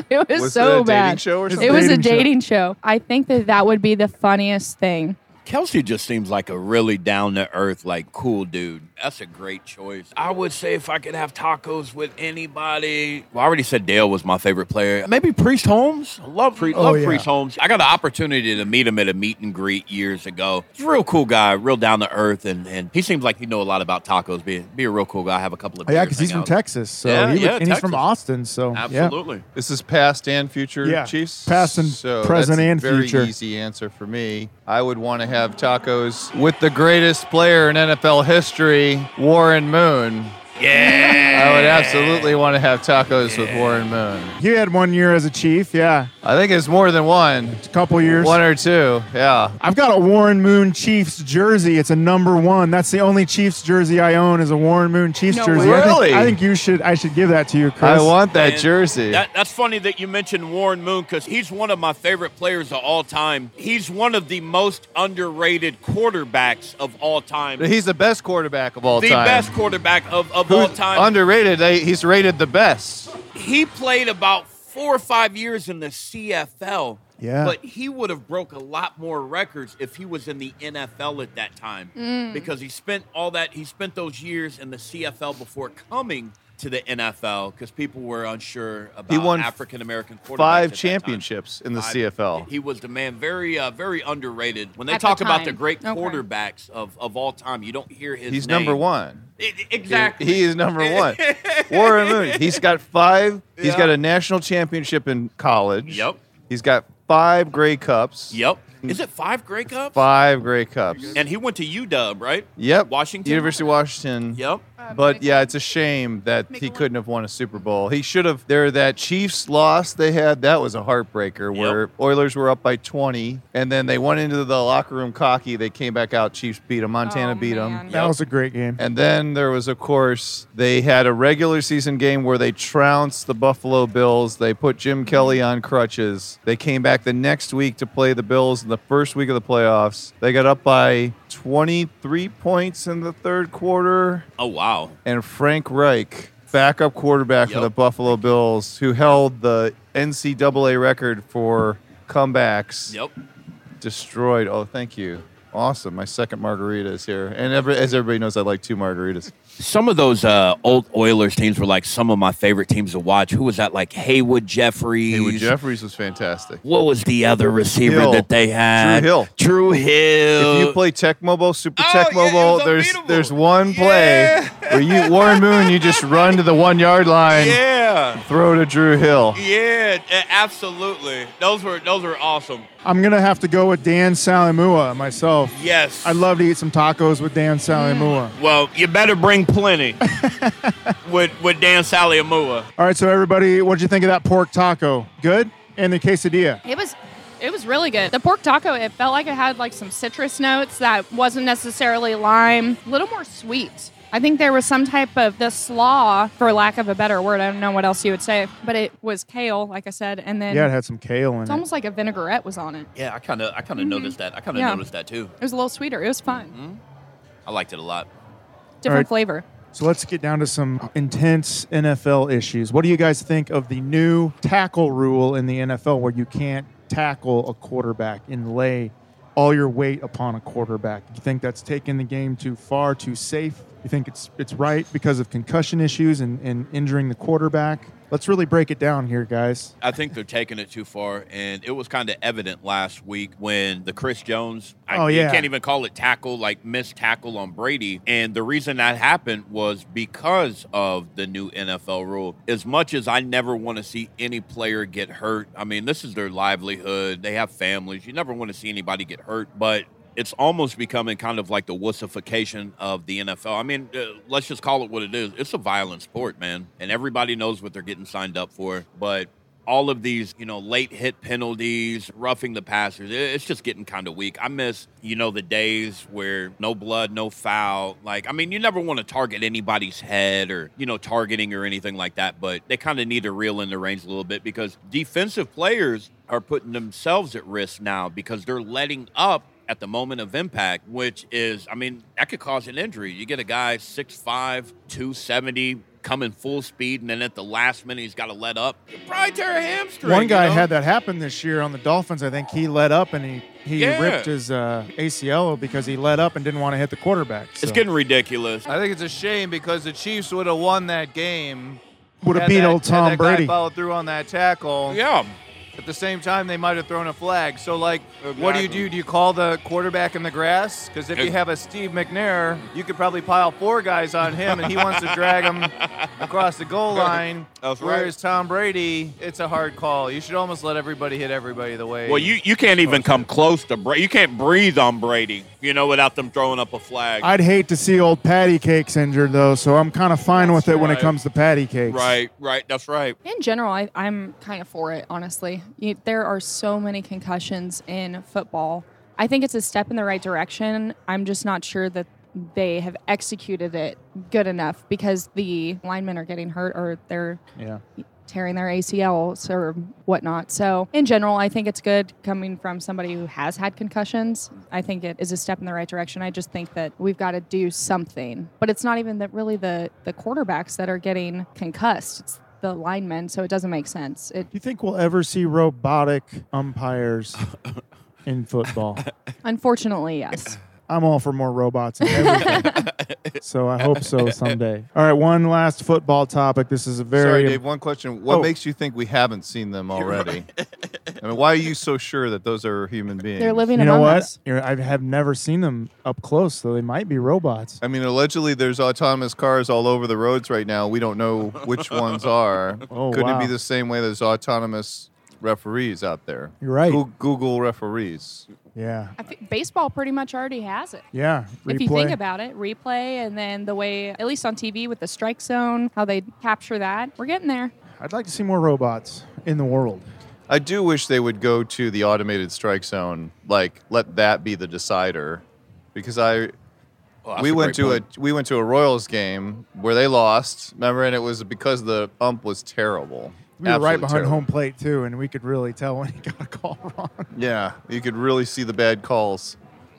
it was,
Was it a
so
dating
bad.
show or
It
something?
was a
Dating show.
dating show. I think that that would be the funniest thing.
Kelsey just seems like a really down to earth, like cool dude. That's a great choice. I would say if I could have tacos with anybody, well, I already said Dale was my favorite player. Maybe Priest Holmes. I love, Priest.
Oh,
love
yeah.
Priest Holmes. I got the opportunity to meet him at a meet and greet years ago. He's a real cool guy, real down to earth, and, and he seems like he know a lot about tacos. Be, be a real cool guy. Have a couple of
Oh, yeah,
beers,
because he's
hang
from
out.
Texas, so
Yeah,
he would-
yeah,
and he's from
Texas.
Austin, so yeah.
Absolutely.
This is past and future
Yeah,
Chiefs.
past and
so
present
that's a
and
very
future.
easy answer for me. I would want to have tacos with the greatest player in NFL history, Warren Moon.
Yeah.
I would absolutely want to have tacos with Warren Moon.
He had one year as a Chief, yeah,
I think it's more than one,
a couple years.
one or two. Yeah.
I've got a Warren Moon Chiefs jersey. It's a number one. That's the only Chiefs jersey I own is a Warren Moon Chiefs
No
jersey.
way.
I think,
Really?
I think you should. I should give that to you, Chris.
I want that
And
jersey.
That, that's funny that you mentioned Warren Moon because he's one of my favorite players of all time. He's one of the most underrated quarterbacks of all time.
He's the best quarterback of all
the
time.
best quarterback of, of all
Who's
time.
Underrated. They, he's rated the best.
he played about four or five years in the CFL.
Yeah.
But he would have broke a lot more records if he was in the NFL at that time because he spent all that he spent those years in the CFL before coming to the NFL because people were unsure about
won
African American quarterbacks at
Five
that time.
championships in the
Five.
CFL.
He was the man, very uh, very underrated. When they
At the
talk about the
time.
great
Okay.
quarterbacks of, of all time, you don't hear his
He's
name.
number one.
I- exactly.
He is number one. Warren Moon. He's got five. He's got a national championship in college.
Yep.
He's got five Grey Cups.
Yep. Is it five Grey Cups?
Five Grey Cups.
And he went to UW, right?
Yep.
Washington.
University of Washington.
Yep.
Um,
But yeah, it's a shame that he couldn't have won a Super Bowl. He should have. There, that Chiefs loss they had, that was a heartbreaker. Where Oilers were up by 20, and then they went into the locker room cocky. They came back out. Chiefs beat them. Montana
Oh,
beat them.
man.
That was a great game.
And then there was, of course, they had a regular season game where they trounced the Buffalo Bills. They put Jim
Mm-hmm.
Kelly on crutches. They came back the next week to play the Bills in the first week of the playoffs. They got up by 23 points in the third quarter
Oh wow.
and Frank Reich, backup quarterback for
Yep.
the Buffalo Bills, who held the NCAA record for comebacks,
Yep.
destroyed. Oh, thank you. Awesome. My second margarita is here. And every, as everybody knows, I like two margaritas.
Some of those uh, old Oilers teams were like some of my favorite teams to watch. Who was that? Like Haywood Jeffries.
Haywood Jeffries was fantastic.
What was the other receiver
Hill.
that they had?
Drew Hill.
Drew Hill.
If you play Tech Mobile, Super
Oh,
Tech
yeah, it was
Mobile, there's
unbeatable.
there's one play Where you, Warren Moon, you just run to the one yard line,
Yeah.
throw to Drew Hill.
Yeah, a- absolutely. Those were those were awesome.
I'm gonna have to go with Dan Salamua myself.
Yes.
I'd love to eat some tacos with Dan Salamua.
Well, you better bring plenty with with Dan Saliamua.
All right, so everybody, what'd you think of that pork taco? Good? And the quesadilla.
It was it was really good. The pork taco, it felt like it had like some citrus notes that wasn't necessarily lime, a little more sweet. I think there was some type of the slaw, for lack of a better word. I don't know what else you would say, but it was kale, like I said, and then
Yeah, it had some kale in
it's
it.
almost like a vinaigrette was on it.
Yeah, I kind of I kind of noticed that. I kind of
Yeah.
noticed that too.
It was a little sweeter. It was fun,
Mm-hmm.
I liked it a lot.
different
Alright.
flavor.
So let's get down to some intense NFL issues. What do you guys think of the new tackle rule in the NFL where you can't tackle a quarterback and lay all your weight upon a quarterback? You think that's taking the game too far, too safe? You think it's it's right because of concussion issues and, and injuring the quarterback? Let's really break it down here, guys.
I think they're taking it too far, and it was kind of evident last week when the Chris Jones, I,
Oh,
you
yeah.
can't even call it tackle, like missed tackle on Brady. And the reason that happened was because of the new NFL rule. As much as I never want to see any player get hurt, I mean, this is their livelihood. They have families. You never want to see anybody get hurt, but. It's almost becoming kind of like the wussification of the NFL. I mean, uh, let's just call it what it is. It's a violent sport, man. And everybody knows what they're getting signed up for. But all of these, you know, late hit penalties, roughing the passers. it- It's just getting kind of weak. I miss, you know, the days where no blood, no foul. Like, I mean, you never want to target anybody's head or, you know, targeting or anything like that, but they kind of need to reel in the reins a little bit because defensive players are putting themselves at risk now because they're letting up at the moment of impact, which is, I mean, that could cause an injury. You get a guy 6'5, 270, coming full speed, and then at the last minute, he's got to let up. You probably tear a hamstring.
One guy
you know?
had that happen this year on the Dolphins. I think he let up and he, he
Yeah.
ripped his uh, ACL because he let up and didn't want to hit the quarterback.
It's
so.
getting ridiculous.
I think it's a shame because the Chiefs would have won that game.
would have
had
beat
that-
old
had
Tom
that guy
Brady.
followed through on that tackle.
Yeah.
At the same time, they might have thrown a flag. So, like, what do you
Exactly.
do? Do you call the quarterback in the grass? Because if you
Ex-
have a Steve McNair, you could probably pile four guys on him, and he wants to drag him across the goal line.
That's right.
Whereas Tom Brady, it's a hard call. You should almost let everybody hit everybody the way.
Well, you, you can't even come close to Brady. You can't breathe on Brady, you know, without them throwing up a flag.
I'd hate to see old patty cakes injured though, so I'm kind of fine with it when it
right.
comes to patty cakes.
right, right. That's right.
In general, I, I'm kind of for it, honestly. You, there are so many concussions in football. I think it's a step in the right direction. I'm just not sure that they have executed it good enough because the linemen are getting hurt or they're
Yeah.
tearing their ACLs or whatnot. So, in general, I think it's good coming from somebody who has had concussions. I think it is a step in the right direction. I just think that we've got to do something. But it's not even that really the the quarterbacks that are getting concussed. It's the linemen, so it doesn't make sense. It
Do you think we'll ever see robotic umpires in football?
unfortunately, yes.
I'm all for more robots and everything. so I hope so someday. All right, one last football topic. This is a very
Sorry, Dave. One question: What
Oh.
makes you think we haven't seen them already? I mean, why are you so sure that those are human beings?
They're living
You know
among
what?
us.
You're- I have never seen them up close, so they might be robots.
I mean, allegedly there's autonomous cars all over the roads right now. We don't know which ones are.
Oh,
Could it
wow.
be the same way there's autonomous referees out there?
You're right.
Goo- Google referees.
Yeah.
I think baseball pretty much already has it.
Yeah.
If you think about it, replay and then the way, at least on TV with the strike zone, how they capture that, we're getting there.
I'd like to see more robots in the world.
I do wish they would go to the automated strike zone. Like, let that be the decider, because I
Well, Oh, that's
we
a
went
great
to
point.
a we went to a Royals game where they lost. Remember, and it was because the ump was terrible.
We were right
Absolutely
behind
terrible.
home plate too, and we could really tell when he got a call wrong.
Yeah, you could really see the bad calls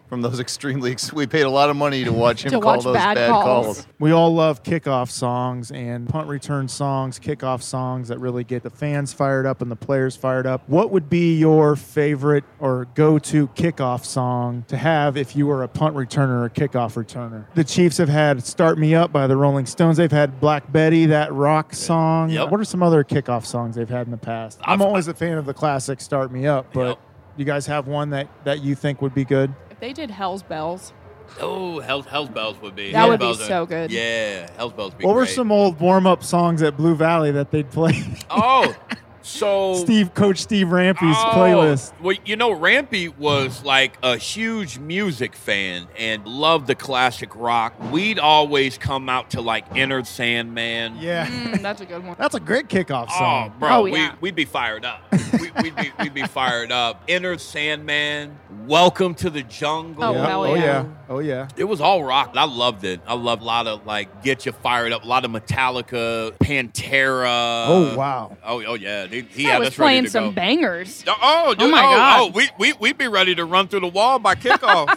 from those extreme leagues. We paid a lot of money to watch him
To
call
watch
those bad,
bad
calls.
calls.
We all love kickoff songs and punt return songs, kickoff songs that really get the fans fired up and the players fired up. What would be your favorite or go to kickoff song to have if you were a punt returner or kickoff returner? The Chiefs have had Start Me Up by the Rolling Stones. They've had Black Betty, that rock song.
Yep.
What are some other kickoff songs they've had in the past? I'm
I've-
always a fan of the classic Start Me Up, but
Yep.
you guys have one that, that you think would be good?
If they did Hell's Bells,
Oh, Hell's, Hell's Bells would be.
That
Hell's
would be
Bells
so good.
Yeah, Hell's Bells would be
What were
great.
some old warm-up songs at Blue Valley that they'd play?
Oh, so
Steve, Coach Steve Rampy's
Oh,
playlist.
Well, you know, Rampy was like a huge music fan and loved the classic rock. We'd always come out to like Inner Sandman.
Yeah,
Mm, that's a good one.
that's a great kickoff
Oh,
song.
bro,
Oh,
we,
yeah.
we'd be fired up. we, we'd, be, we'd be fired up. Inner Sandman, Welcome to the Jungle.
Oh, hell yeah.
Oh yeah.
It was all rock. I loved it. I loved a lot of like Get You Fired Up, a lot of Metallica, Pantera.
Oh wow.
Oh, oh yeah. He, he
I
had
was
us ready
playing
to
some
go.
bangers,
Oh, dude, oh,
my God.
oh, we, we, we'd be ready to run through the wall by kickoff.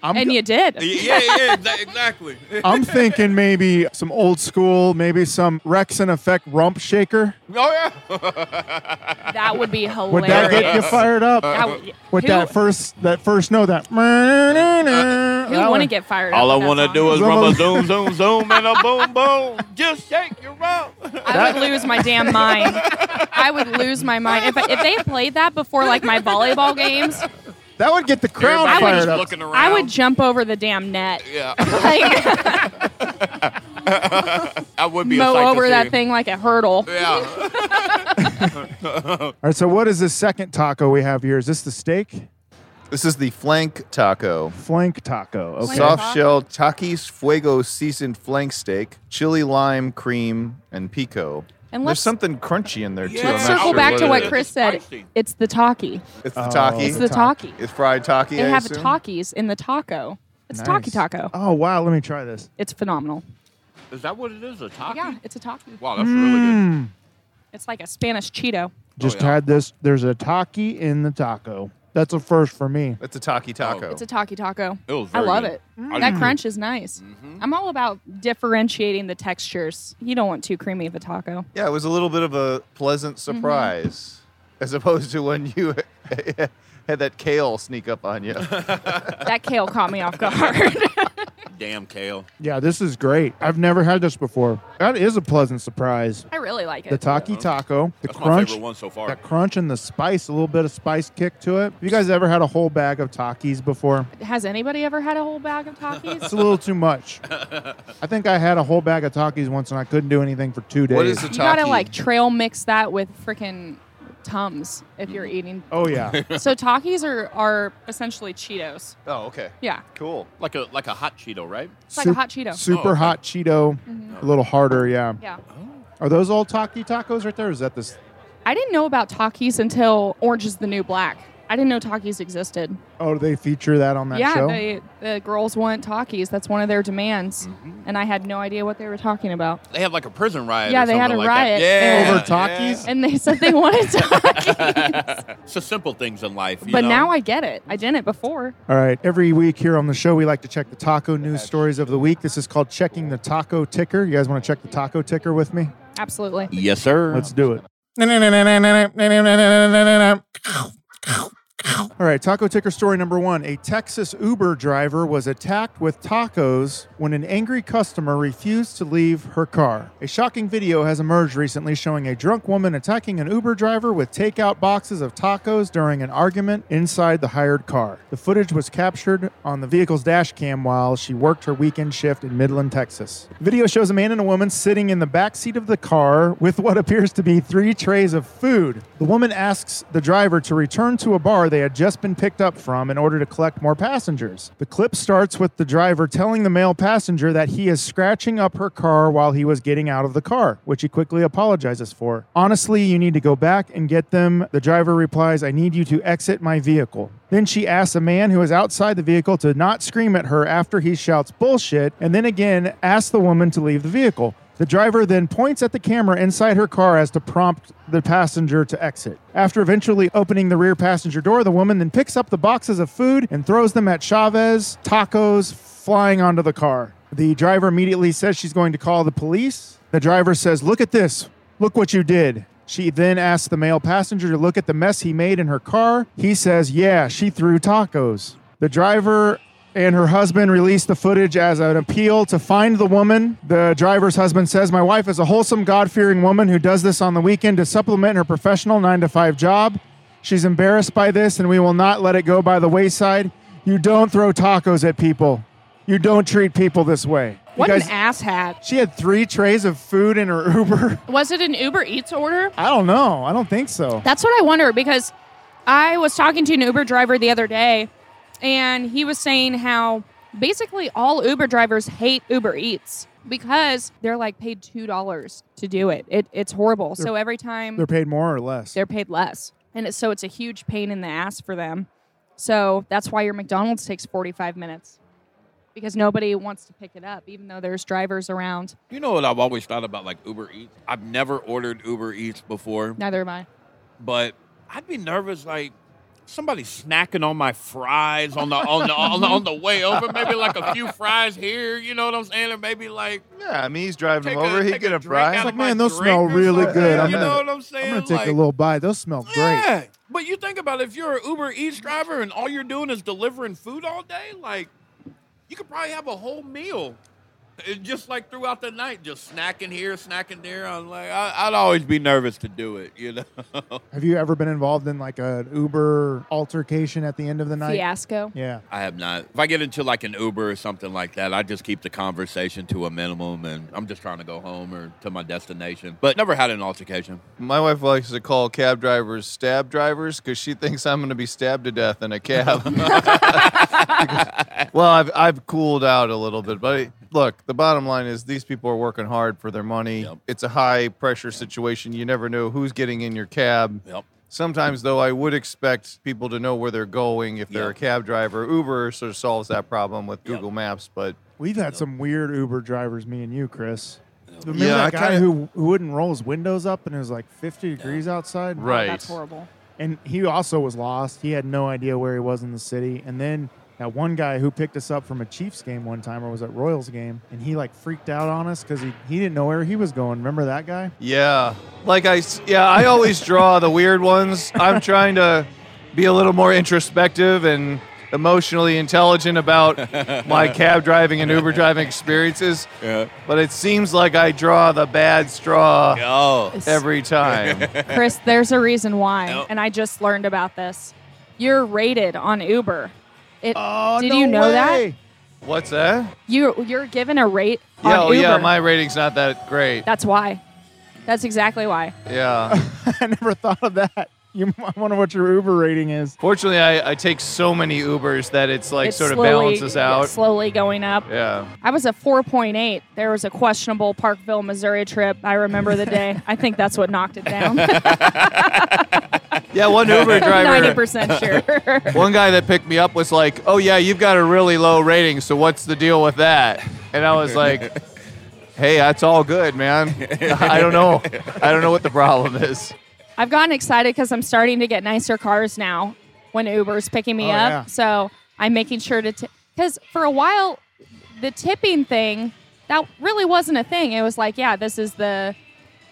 I'm
and you did.
yeah, yeah, exa- exactly. Oh,
I'm thinking maybe some old school, maybe some Rex and Effect Rump Shaker.
oh, yeah.
That would be hilarious. Uh,
Would that get you fired up?
That would-
With
who, Uh,
that first, that first note, that. Who
who want to get fired
All I
up?
want to do is rub a zoom, zoom, zoom, and a boom, boom. Just shake your rump.
I would lose my damn mind. I would lose my mind if, if they played that before like my volleyball games.
That would get the crowd
Everybody
fired
just
up.
looking around.
I would jump over the damn net.
yeah,
Like,
I would be a
mow
sight to
over
see.
that thing like a hurdle.
Yeah.
All right, so what is the second taco we have here? Is this the steak
This is the flank taco.
flank taco? Okay.
Flank.
Soft shell Takis Fuego seasoned flank steak, chili lime cream, and pico.
And
There's
let's-
something crunchy in there too.
Let's
I'm not
Circle
sure
back to
it
what
is.
Chris said.
Spicy.
It's the talkie.
It's the
Oh.
taki.
It's the talkie.
It's fried taki.
They
I
have
assume.
talkies in the taco. It's talkie
Nice.
taco.
Oh wow, let me try this.
It's phenomenal.
Is that what it is? A taco?
Yeah, Mm. it's a talkie.
Wow, that's really good.
It's like a Spanish Cheeto.
Just
Oh, yeah.
had this. There's a taki in the taco. That's a first for me.
It's a taki taco.
Oh, It's a talkie taco.
Oh. It was
I
very
love
good.
it.
Mm. Mm-hmm.
That crunch is nice. I'm all about differentiating the textures. You don't want too creamy of a taco.
yeah, it was a little bit of a pleasant
Mm-hmm.
surprise, as opposed to when you had that kale sneak up on you.
That kale caught me off guard.
Damn kale.
Yeah, this is great. I've never had this before. That is a pleasant surprise.
I really like it.
The taki taco, the
That's my
crunch,
favorite one so far.
that crunch and the spice, a little bit of spice kick to it. Have you guys ever had a whole bag of takis before?
Has anybody ever had a whole bag of Takis?
It's a little too much. I think I had a whole bag of takis once and I couldn't do anything for two days.
What is the
you gotta
taki?
like trail mix that with freaking Tums if you're
Mm-hmm.
eating.
Oh yeah.
So Takis are, are essentially Cheetos.
Oh, okay.
Yeah.
Cool.
Like a like a hot Cheeto, right?
It's like
Sup-
a hot Cheeto.
Super
Oh, okay. Mm-hmm.
hot Cheeto, a little harder, yeah.
yeah.
Are those all Taki tacos right there? Or is that this?
I didn't know about Takis until Orange is the New Black. I didn't know Takis existed.
Oh, do they feature that on that
yeah,
show?
they, the girls want Takis. That's one of their demands.
Mm-hmm.
And I had no idea what they were talking about.
They have like a prison riot.
Yeah,
or
they had
something
a
like that.
riot.
Yeah,
Over Takis?
And they said they wanted Takis.
Yeah. It's the simple things in life. you
but
know?
now I get it. I didn't before.
All right. Every week here on the show, we like to check the taco news stories of the week. This is called checking the taco ticker. You guys want to check the taco ticker with me?
Absolutely.
Yes, sir.
Let's do it. All right, taco ticker story number one. A Texas Uber driver was attacked with tacos when an angry customer refused to leave her car. A shocking video has emerged recently showing a drunk woman attacking an Uber driver with takeout boxes of tacos during an argument inside the hired car. The footage was captured on the vehicle's dash cam while she worked her weekend shift in Midland, Texas. The video shows a man and a woman sitting in the back seat of the car with what appears to be three trays of food. The woman asks the driver to return to a bar they had just been picked up from in order to collect more passengers. The clip starts with the driver telling the male passenger that he is scratching up her car while he was getting out of the car, which he quickly apologizes for. Honestly, you need to go back and get them. The driver replies, I need you to exit my vehicle. Then she asks a man who is outside the vehicle to not scream at her after he shouts bullshit, and then again asks the woman to leave the vehicle. The driver then points at the camera inside her car as to prompt the passenger to exit. After eventually opening the rear passenger door, the woman then picks up the boxes of food and throws them at Chavez, tacos flying onto the car. The driver immediately says she's going to call the police. The driver says, Look at this. Look what you did. She then asks the male passenger to look at the mess he made in her car. He says, Yeah, she threw tacos. The driver and her husband released the footage as an appeal to find the woman. The driver's husband says, My wife is a wholesome, God fearing woman who does this on the weekend to supplement her professional nine to five job. She's embarrassed by this, and we will not let it go by the wayside. You don't throw tacos at people. You don't treat people this way. You
What
guys,
an asshat.
she had three trays of food in her Uber.
Was it an Uber Eats order?
I don't know. I don't think so.
That's what I wonder because I was talking to an Uber driver the other day and he was saying how basically all Uber drivers hate Uber Eats because they're like paid $2 to do it. it it's horrible. so every time
They're paid more or less.
they're paid less. And it's, so it's a huge pain in the ass for them. So that's why your McDonald's takes 45 minutes because nobody wants to pick it up, even though there's drivers around.
You know what I've always thought about like Uber Eats? I've never ordered Uber Eats before,
Neither am I.
but I'd be nervous like somebody snacking on my fries on the on the on the, on the way over, maybe like a few fries here, you know what I'm saying? Or maybe like
Yeah, I mean he's driving
take
him
a,
over. He
take
get a
a drink
fry.
out
It's
of
like,
my
man, those
drink
smell
or
really
something,
good.
You
I'm
know
gonna-
what I'm saying?
I'm gonna take
Like,
a little bite. Those smell great.
Yeah, but you think about it, if you're an Uber Eats driver and all you're doing is delivering food all day, like you could probably have a whole meal. It just like throughout the night, just snacking here, snacking there. I'm like, I, I'd always be nervous to do it, you know.
Have you ever been involved in like an Uber altercation at the end of the night?
Fiasco.
Yeah.
I have not. If I get into like an Uber or something like that, I just keep the conversation to a minimum, and I'm just trying to go home or to my destination. But never had an altercation.
My wife likes to call cab drivers stab drivers because she thinks I'm going to be stabbed to death in a cab. Because- well, I've, I've cooled out a little bit, but I- look, the bottom line is these people are working hard for their money.
Yep.
It's a high pressure situation. You never know who's getting in your cab.
Yep.
Sometimes, though, I would expect people to know where they're going if they're a
Yep.
cab driver. Uber sort of solves that problem with Google Maps, but
We've had some weird Uber drivers, me and you, Chris. Remember
Yeah,
that
I
guy
kinda-
who, who wouldn't roll his windows up and it was like 50 degrees outside?
Oh,
Right.
That's horrible.
And he also was lost. He had no idea where he was in the city. And then that one guy who picked us up from a Chiefs game one time or was at Royals game and he like freaked out on us because he, he didn't know where he was going. Remember that guy?
Yeah. Like I s- yeah, I always draw the weird ones. I'm trying to be a little more introspective and emotionally intelligent about my cab driving and Uber driving experiences.
Yeah.
But it seems like I draw the bad straw
Oh.
every time.
Chris, there's a reason why,
Nope.
and I just learned about this. You're rated on Uber. It, did
Oh, no
you know that?
way.
What's that?
You you're given a rate on
yeah, oh,
Uber.
yeah, my rating's not that great.
That's why. That's exactly why.
Yeah.
I never thought of that. You I wonder what your Uber rating is.
Fortunately, I, I take so many Ubers that it's like
It's
sort of
slowly-
balances
yeah,
out.
slowly going up.
Yeah.
I was a 4.8. There was a questionable Parkville, Missouri trip. I remember the day. I think that's what knocked it down.
Yeah, one Uber driver.
90% sure.
One guy that picked me up was like, "Oh yeah, you've got a really low rating, so what's the deal with that?" And I was like, "Hey, that's all good, man. I don't know. I don't know what the problem is."
I've gotten excited because I'm starting to get nicer cars now when Uber's picking me
Oh,
up.
yeah.
So I'm making sure to, because for a while, the tipping thing, that really wasn't a thing. It was like, yeah, this is the,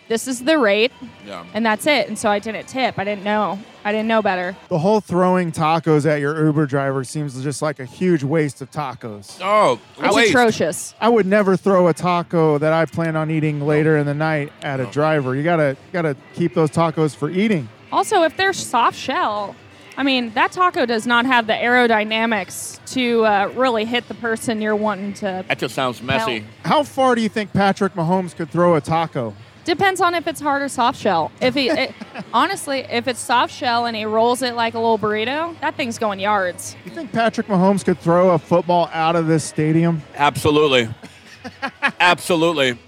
this is the rate
Yeah.
and that's it. And so I didn't tip. I didn't know. I didn't know better.
The whole throwing tacos at your Uber driver seems just like a huge waste of tacos.
Oh,
It's
wait.
atrocious.
I would never throw a taco that I plan on eating later in the night at a driver. You gotta you gotta keep those tacos for eating.
Also, if they're soft shell, I mean, that taco does not have the aerodynamics to uh, really hit the person you're wanting to.
That just sounds messy.
Hell.
How far do you think Patrick Mahomes could throw a taco?
Depends on if it's hard or soft shell. If he, it, honestly, if it's soft shell and he rolls it like a little burrito, that thing's going yards.
You think Patrick Mahomes could throw a football out of this stadium?
Absolutely. Absolutely.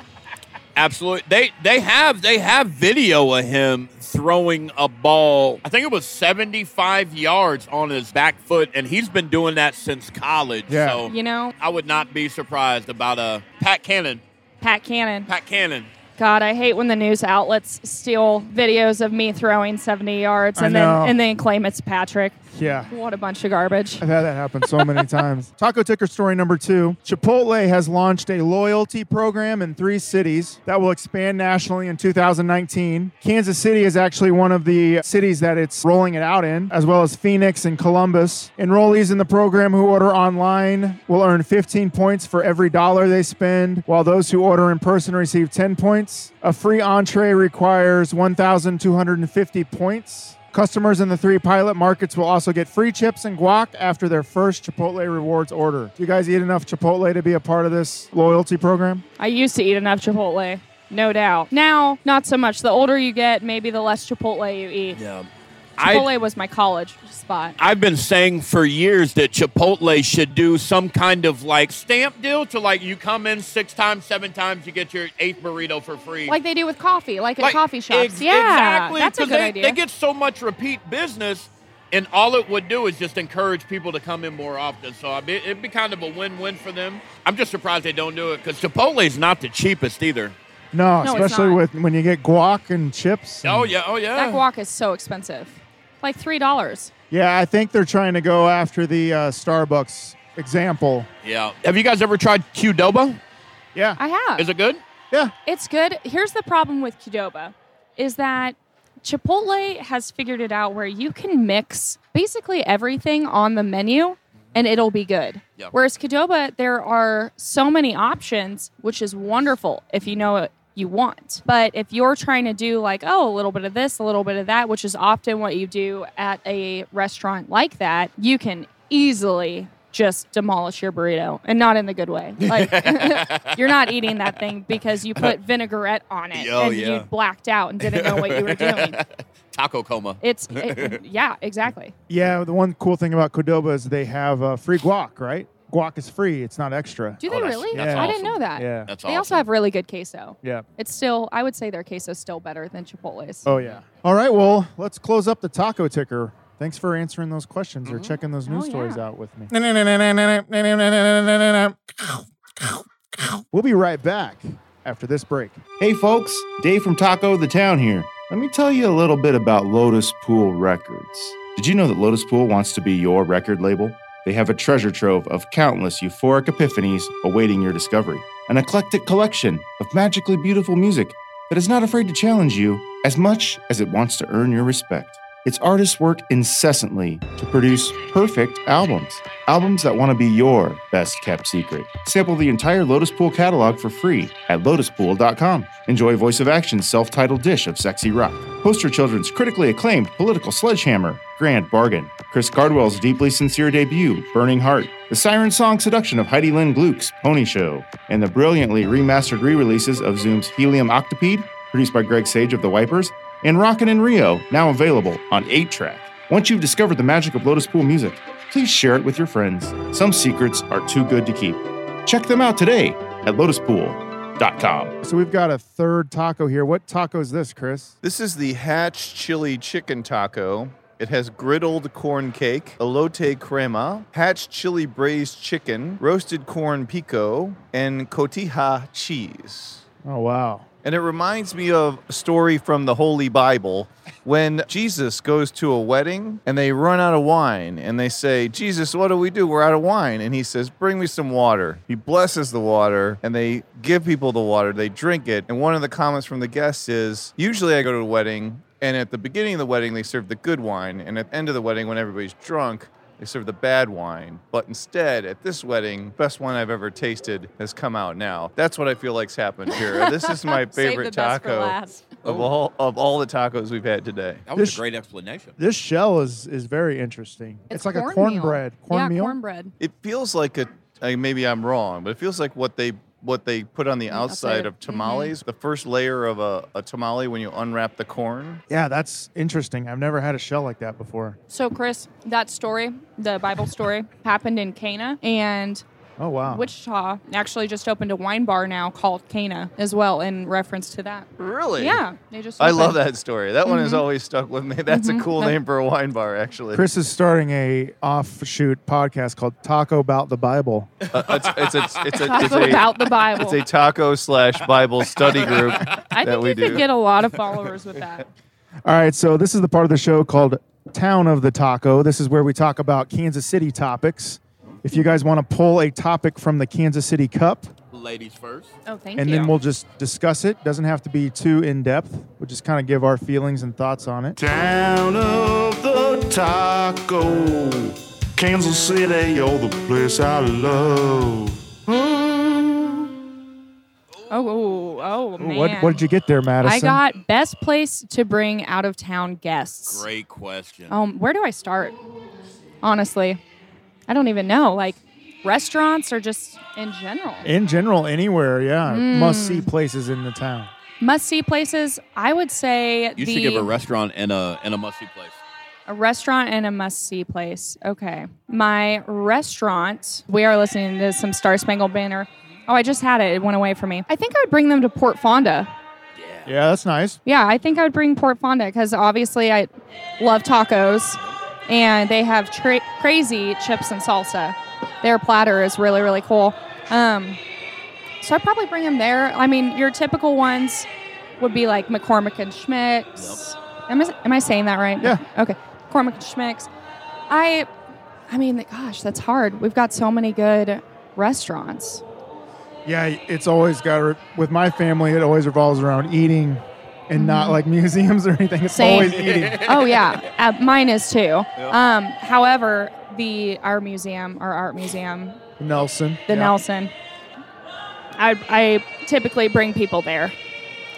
Absolutely. They they have they have video of him throwing a ball. I think it was 75 yards on his back foot and he's been doing that since college.
Yeah.
So
You know,
I would not be surprised about a Pat Cannon.
Pat Cannon.
Pat Cannon.
God, I hate when the news outlets steal videos of me throwing 70 yards
I
and
know.
then and then claim it's Patrick.
Yeah.
What a bunch of garbage.
I've had that happen so many times. Taco ticker story number two Chipotle has launched a loyalty program in three cities that will expand nationally in 2019. Kansas City is actually one of the cities that it's rolling it out in, as well as Phoenix and Columbus. Enrollees in the program who order online will earn 15 points for every dollar they spend, while those who order in person receive 10 points. A free entree requires 1,250 points. Customers in the three pilot markets will also get free chips and guac after their first Chipotle rewards order. Do you guys eat enough Chipotle to be a part of this loyalty program?
I used to eat enough Chipotle, no doubt. Now, not so much. The older you get, maybe the less Chipotle you eat.
Yeah.
Chipotle
I,
was my college spot.
I've been saying for years that Chipotle should do some kind of like stamp deal to like you come in six times, seven times, you get your eighth burrito for free.
Like they do with coffee, like at
Like,
coffee shops.
ex-
yeah,
exactly.
that's a
'cause
good
they,
idea.
They get so much repeat business, and all it would do is just encourage people to come in more often. So I mean, it'd be kind of a win-win for them. I'm just surprised they don't do it because Chipotle's not the cheapest either.
Mm.
No,
No, it's
especially
not.
with when you get guac and chips.
Oh yeah, oh yeah.
that guac is so expensive, like three dollars.
Yeah, I think they're trying to go after the uh, Starbucks example.
Yeah. Have you guys ever tried Qdoba?
Yeah,
I have.
Is it good?
yeah.
It's good. Here's the problem with Qdoba is that Chipotle has figured it out where you can mix basically everything on the menu and it'll be good.
Yep.
Whereas Qdoba, there are so many options, which is wonderful if you know what you want. But if you're trying to do like, oh, a little bit of this, a little bit of that, which is often what you do at a restaurant like that, you can easily just demolish your burrito and not in the good way. Like you're not eating that thing because you put vinaigrette on it
Oh,
and
yeah.
you blacked out and didn't know what you were doing.
Taco coma.
It's it, yeah, exactly.
Yeah, the one cool thing about Cordoba is they have uh, free guac, right? Guac is free; it's not extra.
Do
Oh,
they
that's-
really?
that's
I didn't
awesome.
know that.
Yeah,
That's
They
awesome.
also have really good queso.
yeah.
It's still, I would say their queso's still better than Chipotle's.
Oh yeah. All right. Well, let's close up the taco ticker. Thanks for answering those questions or checking those news
Oh,
stories
yeah.
out with me. We'll be right back after this break.
Hey folks, Dave from Taco the Town here. Let me tell you a little bit about Lotus Pool Records. Did you know that Lotus Pool wants to be your record label? They have a treasure trove of countless euphoric epiphanies awaiting your discovery, an eclectic collection of magically beautiful music that is not afraid to challenge you as much as it wants to earn your respect. Its artists work incessantly to produce perfect albums, albums that want to be your best kept secret. Sample the entire Lotus Pool catalog for free at lotuspool.com. Enjoy Voice of Action's self titled dish of sexy rock. Poster Children's critically acclaimed political sledgehammer, Grand Bargain. Chris Cardwell's deeply sincere debut, Burning Heart. The siren song seduction of Heidi Lynn Gluck's Pony Show. And the brilliantly remastered re releases of Zoom's Helium Octopede, produced by Greg Sage of The Wipers, and Rockin' in Rio, now available on 8 track. Once you've discovered the magic of Lotus Pool music, please share it with your friends. Some secrets are too good to keep. Check them out today at lotuspool.com.
So we've got a third taco here. What taco is this, Chris?
This is the Hatch Chili Chicken Taco. It has griddled corn cake, elote crema, Hatch Chili braised chicken, roasted corn pico, and cotija cheese.
Oh wow.
And it reminds me of a story from the Holy Bible when Jesus goes to a wedding and they run out of wine and they say, Jesus, what do we do? We're out of wine. And he says, Bring me some water. He blesses the water and they give people the water. They drink it. And one of the comments from the guests is, Usually I go to a wedding and at the beginning of the wedding, they serve the good wine. And at the end of the wedding, when everybody's drunk, they serve the bad wine, but instead, at this wedding, best wine I've ever tasted has come out now. That's what I feel like's happened here. This is my
Save the
favorite
best for
taco
last. Oh.
of all of all the tacos we've had today.
That was
This-
a great explanation.
This shell is is very interesting. It's, like a cornbread.
Cornmeal. Yeah,
Cornmeal.
cornbread.
It feels like a I- maybe I'm wrong, but it feels like what they what they put
Mm,
on the outside
outside of-
of tamales, the first layer of a, a tamale when you unwrap the corn.
yeah, that's interesting. I've never had a shell like that before.
So, Chris, that story, the Bible story, happened in Cana, and
Oh wow.
Wichita actually just opened a wine bar now called Cana as well in reference to that.
Really?
Yeah, they just.
I love
opened.
that story. That one has
Mm-hmm.
always stuck with me. That's a cool name for a wine bar, actually.
Chris is starting a offshoot podcast called Taco About the Bible.
Uh, it's, it's, a- it's, a- it's
Taco
a-
about the Bible.
It's a taco slash Bible study group
I
that
think
we
you
do.
could get a lot of followers with that.
All right, so this is the part of the show called Town of the Taco. This is where we talk about Kansas City topics. If you guys want to pull a topic from the Kansas City Cup,
Ladies first.
Oh, thank
and
you.
then we'll just discuss it. Doesn't have to be too in depth. We'll just kind of give our feelings and thoughts on it.
Town of the Taco. Kansas City, oh, the place I love.
oh, oh man.
What, what did you get there, Madison?
I got best place to bring out of town guests.
Great question.
Um, where do I start? Honestly, I don't even know. Like restaurants or just in general.
in general anywhere. Yeah,
Hmm.
must see places in the town.
Must see places. I would say
you
the
should give a restaurant and a and a musty place.
a restaurant and a must see place. Okay, my restaurant. We are listening to some Star Spangled Banner. Oh, I just had it. It went away from me. I think I would bring them to Port Fonda.
Yeah, that's nice.
Yeah, I think I would bring Port Fonda because obviously I love tacos, and they have tra- crazy chips and salsa. Their platter is really really cool. Um, so I'd probably bring them there. I mean, your typical ones would be like McCormick and Schmick's. Am I, am I saying that right?
Yeah.
Okay. McCormick and Schmick's. I, I mean, gosh, that's hard. We've got so many good restaurants.
Yeah, it's always got to, with my family. It always revolves around eating, and not like museums or anything. It's
Hmm. Same.
always eating.
oh yeah, uh, mine is too. Um, however, the our museum, our art museum,
Nelson.
the
yeah.
Nelson, I I typically bring people there.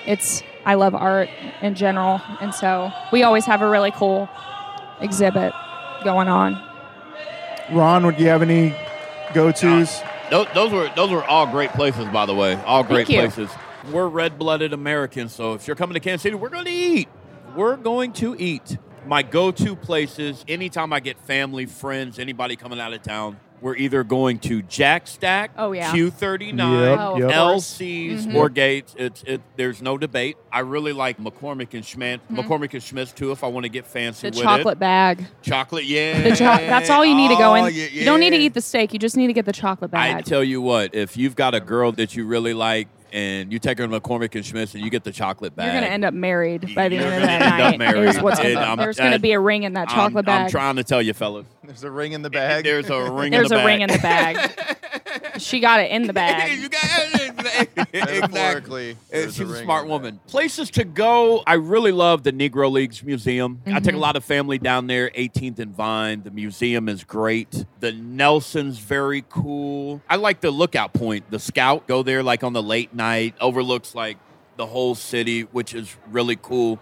It's I love art in general, and so we always have a really cool exhibit going on.
Ron, would you have any go-to's?
Those, those were those were all great places, by the way. All great
you.
places. We're red-blooded Americans, so if you're coming to Kansas City, we're going to eat. We're going to eat. My go-to places. Anytime I get family, friends, anybody coming out of town, we're either going to Jack Stack,
Oh, yeah.
Q39,
Yep,
Oh,
yep.
of course. Mm-hmm.
LCs or Gates. It's it. There's no debate. I really like McCormick and Schmidt. McCormick and Schmidt's too, if I want to get fancy
Mm-hmm. The
with
chocolate bag.
it. Chocolate, yeah.
The cho- that's all you need to go in.
Oh, yeah,
You don't need to
yeah.
eat the steak. You just need to get the chocolate
I
bag.
tell you what, if you've got a girl that you really like and you take her to McCormick and Schmitz and you get the chocolate bag,
You're gonna end up married by the
You're
end of
gonna
that
end up
night. Here's
married.
what's
And
gonna-
I'm-
there's going to be a ring in that
I'm-
chocolate
I'm,
bag.
trying to tell you, fellas.
There's a ring in the bag.
There's a ring
There's
in the bag.
a ring in the bag. she got it in the
you
bag.
got exactly.
Metaphorically,
Uh,
there's
She's a
ring
smart
in the bag.
woman. Places to go. I really love the Negro Leagues Museum. I
Mm-hmm.
take a lot of family down there, 18th and Vine. The museum is great. The Nelson's very cool. I like the lookout point, the scout. Go there like on the late night, overlooks like the whole city, which is really cool.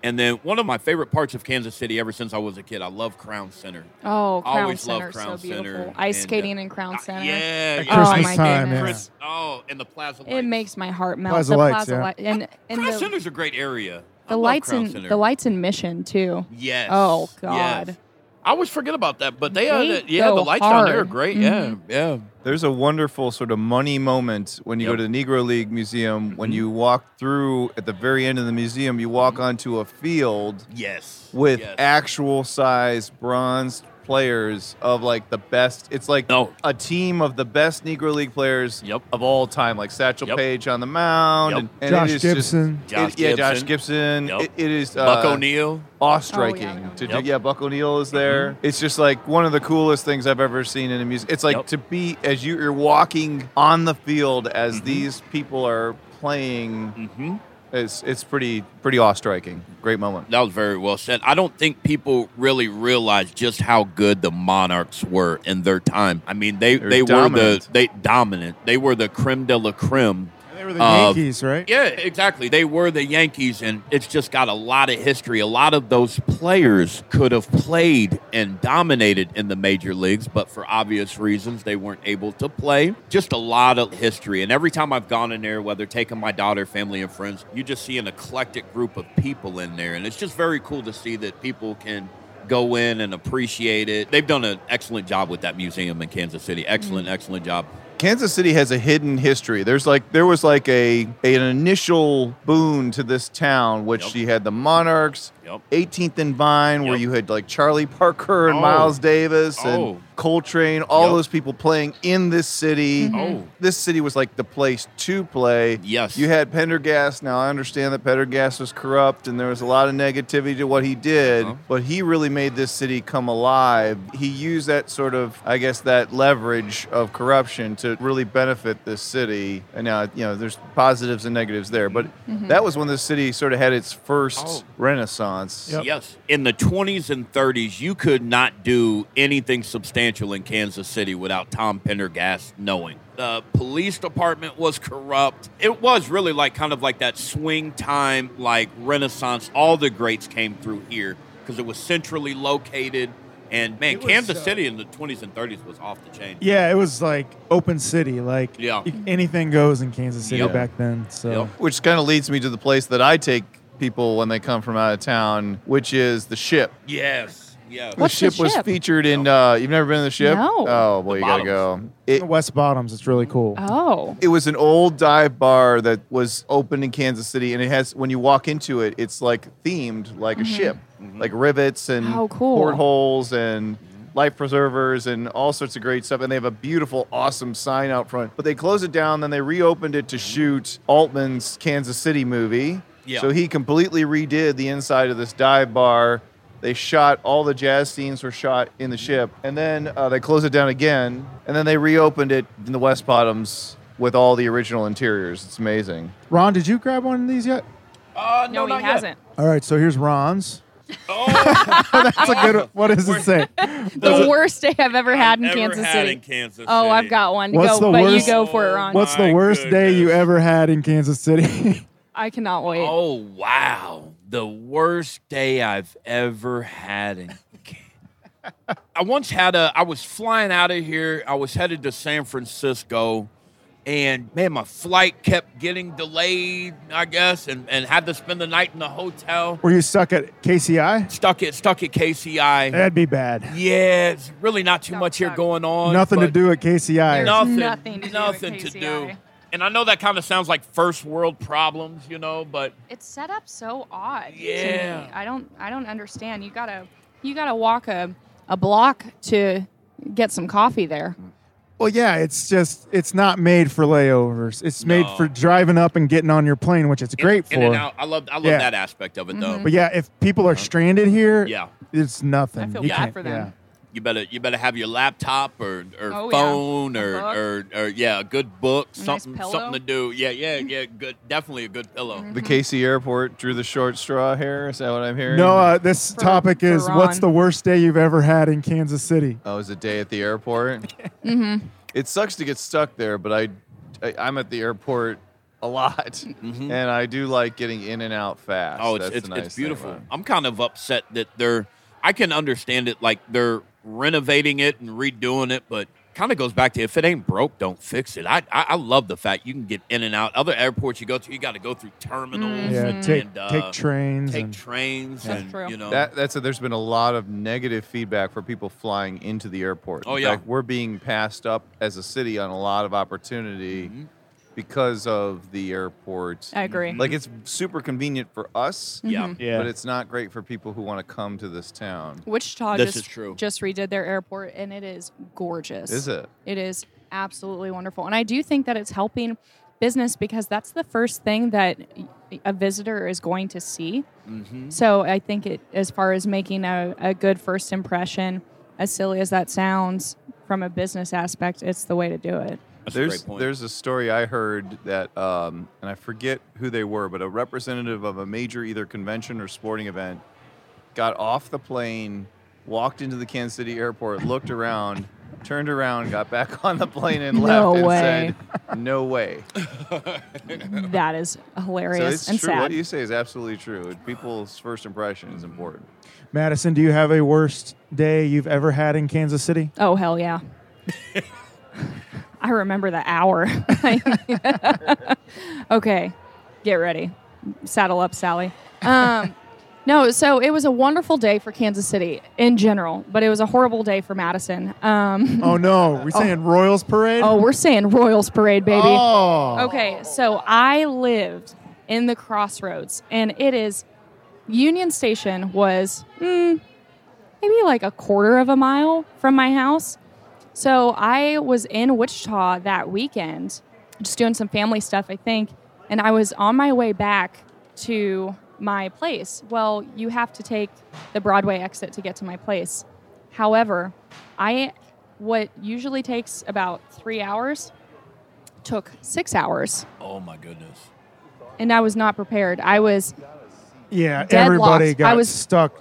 And then one of my favorite parts of Kansas City ever since I was a kid, I love Crown Center.
Oh, Crown
Always love
Center,
Crown
so beautiful.
Center
Ice
and, uh,
skating in Crown Center.
Uh, yeah, yeah.
Christmas
my
time,
goodness.
yeah.
Chris- oh, and the Plaza.
It
Lights.
makes my heart melt.
Plaza
the
lights,
plaza
yeah.
light and, and
Crown
the,
Center's a great area. I
the
love
lights
Crown
in
Center.
the lights in Mission too.
Yes.
Oh,
yes.
God.
I always forget about that, but they,
They
are, yeah,
go
the lights down there are
hard. Mm-hmm.
great. Yeah, yeah.
There's a wonderful sort of money moment when you
Yep. Mm-hmm.
go to the Negro League Museum. When you walk through at the very end of the museum, you walk onto a field
Yes.
with
Mm-hmm. yes.
actual size bronze players of like the best. It's like
No.
a team of the best Negro League players
Yep.
of all time, like Satchel
Yep.
Paige on the mound,
Yep.
and, and it
Josh
is just-
Gibson.
it-
Josh
yeah,
Gibson.
Josh Gibson.
Yep.
It, it is uh,
Buck O'Neill.
awe-striking
Oh, yeah.
to do.
Yep. Mm-hmm.
Yeah, Buck O'Neill is there. It's just like one of the coolest things I've ever seen in a music. It's like
Yep.
to be as you, you're walking on the field as these people are playing.
Mm-hmm.
It's it's pretty pretty awe-striking. Great moment.
That was very well said. I don't think people really realize just how good the Monarchs were in their time. I mean, they
They're
they were
dominant.
the they dominant. They were the creme de la creme
They were the
Uh,
Yankees, right?
Yeah, exactly. They were the Yankees, and it's just got a lot of history. A lot of those players could have played and dominated in the major leagues, but for obvious reasons, they weren't able to play. Just a lot of history. And every time I've gone in there, whether taking my daughter, family, and friends, you just see an eclectic group of people in there. And it's just very cool to see that people can go in and appreciate it. They've done an excellent job with that museum in Kansas City. Excellent, excellent job.
Kansas City has a hidden history. There's like there was like a an initial boon to this town, which
Yep.
you had the Monarchs,
Yep.
18th and Vine, where
Yep.
you had like Charlie Parker and
Oh.
Miles Davis
Oh.
and Coltrane, all
Yep.
those people playing in this city.
Oh.
This city was like the place to play.
Yes.
You had Pendergast. Now I understand that Pendergast was corrupt and there was a lot of negativity to what he did,
Uh-huh.
but he really made this city come alive. He used that sort of, I guess, that leverage of corruption to really benefit this city. And now, you know, there's positives and negatives there, but that was when the city sort of had its first
Oh.
Renaissance.
Yep.
Yes. In the 20s and 30s, you could not do anything substantial in Kansas City without Tom Pendergast knowing. The police department was corrupt. It was really like kind of like that swing time, like Renaissance. All the greats came through here because it was centrally located. And man,
It was,
Kansas
uh,
City in the 20s and 30s was off the chain.
Yeah, it was like open city. Like
Yeah.
y- anything goes in Kansas City
Yep.
back then. So
Yep.
Which kind of leads me to the place that I take people when they come from out of town, which is the ship.
Yes. Yeah.
The
What's the
ship was
ship?
featured in. Uh, you've never been to the ship?
No.
Oh, well, you gotta
bottoms.
go. It,
West Bottoms, it's really cool.
Oh.
it was an old dive bar that was open in Kansas City, and it has when you walk into it, it's like themed like a ship, like rivets and
Mm-hmm. How cool.
portholes and life preservers and all sorts of great stuff. And they have a beautiful, awesome sign out front. But they closed it down, then they reopened it to shoot Altman's Kansas City movie.
Yeah.
So he completely redid the inside of this dive bar. They shot all the jazz scenes were shot in the ship, and then uh, they closed it down again, and then they reopened it in the West Bottoms with all the original interiors. It's amazing.
Ron, did you grab one of these yet?
Uh,
No,
not
he
yet.
hasn't.
All right, so here's Ron's.
Oh,
That's a good. one. What does it say?
The worst day I've ever had in
I've never
Kansas
had
City.
in Kansas
Oh, I've
City.
got one.
What's
go,
the
but
worst-
you go for it, Ron.
What's the
My
worst day you
goodness.
ever had in Kansas City?
I cannot wait.
Oh wow, the worst day I've ever had. In- I once had a. I was flying out of here. I was headed to San Francisco, and man, my flight kept getting delayed. I guess, and and had to spend the night in the hotel.
Were you stuck at KCI?
Stuck at stuck at KCI.
That'd be bad.
Yeah, it's really not too
That
much here
sucks.
going on.
Nothing to
but-
do at KCI.
No.
nothing,
nothing to do at
nothing to
KCI.
do. And I know that kind of sounds like first world problems, you know, but
It's set up so odd. to me.
Yeah.
I don't. I don't understand. You gotta. You gotta walk a a block to get some coffee there.
Well, yeah, it's just it's not made for layovers. It's made
No.
for driving up and getting on your plane, which it's great
in,
for.
In and out. I love I love
Yeah.
that aspect of it
Mm-hmm.
though.
But yeah, if people are stranded here,
Yeah.
it's nothing.
I feel
You
bad
can't-
for them.
You better you better have your laptop or or
Oh, yeah.
phone
A
or,
book.
or or yeah, a good book,
nice
something
pillow. Mm-hmm.
something to do. Yeah, yeah, yeah, good definitely a good pillow.
The KC airport drew the short straw here. Is that what I'm
Yeah.
hearing?
No, uh, this
For-
topic
for
is what's
Ron.
the worst day you've ever had in Kansas City?
Oh, it was a day at the airport.
Mm-hmm.
it sucks to get stuck there, but I, I I'm at the airport a lot,
Mhm.
and I do like getting in and out fast.
Oh, it's
That's
it's,
the nice
it's
thing
beautiful.
about it.
I'm kind of upset that they're I can understand it like they're renovating it and redoing it, but kind of goes back to if it ain't broke, don't fix it. I, I I love the fact you can get in and out. Other airports you go to, you got to go through terminals.
Yeah, take
and, uh,
take trains.
take
and-
trains
Mm-hmm. That's
and
true.
you know
That, that's it. There's been a lot of negative feedback for people flying into the airport.
Oh,
In
yeah.
fact, we're being passed up as a city on a lot of opportunity
Mm-hmm.
because of the airport.
I agree.
Like it's super convenient for us,
Mm-hmm.
yeah.
yeah,
but it's not great for people who want to come to this town.
Wichita
This
just
is true.
just redid their airport and it is gorgeous.
Is it?
It is absolutely wonderful. And I do think that it's helping business because that's the first thing that a visitor is going to see.
Mhm.
So I think it, as far as making a, a good first impression, as silly as that sounds, from a business aspect, it's the way to do it.
That's a
there's
great point.
there's a story I heard that, um, and I forget who they were, but a representative of a major either convention or sporting event got off the plane, walked into the Kansas City airport, looked around, turned around, got back on the plane and
No
left, and
way.
said, "No way."
That is
so
hilarious
it's
and
true. What
sad.
you say is absolutely true. People's first impression is important.
Madison, do you have a worst day you've ever had in Kansas City?
oh hell yeah! I remember the hour. okay, get ready. Saddle up, Sally. Um, no, so it was a wonderful day for Kansas City in general, but it was a horrible day for Madison. Um,
Oh no, we saying Royals Parade?
oh, we're saying Royals Parade, baby.
Oh.
Okay, so I lived in the crossroads, and it is Union Station was mm, maybe like a quarter of a mile from my house. So I was in Wichita that weekend, just doing some family stuff, I think, and I was on my way back to my place. Well, you have to take the Broadway exit to get to my place. However, I what usually takes about three hours took six hours
oh my goodness.
and I was not prepared. I was
Yeah,
Deadlocked.
everybody got
I was-
stuck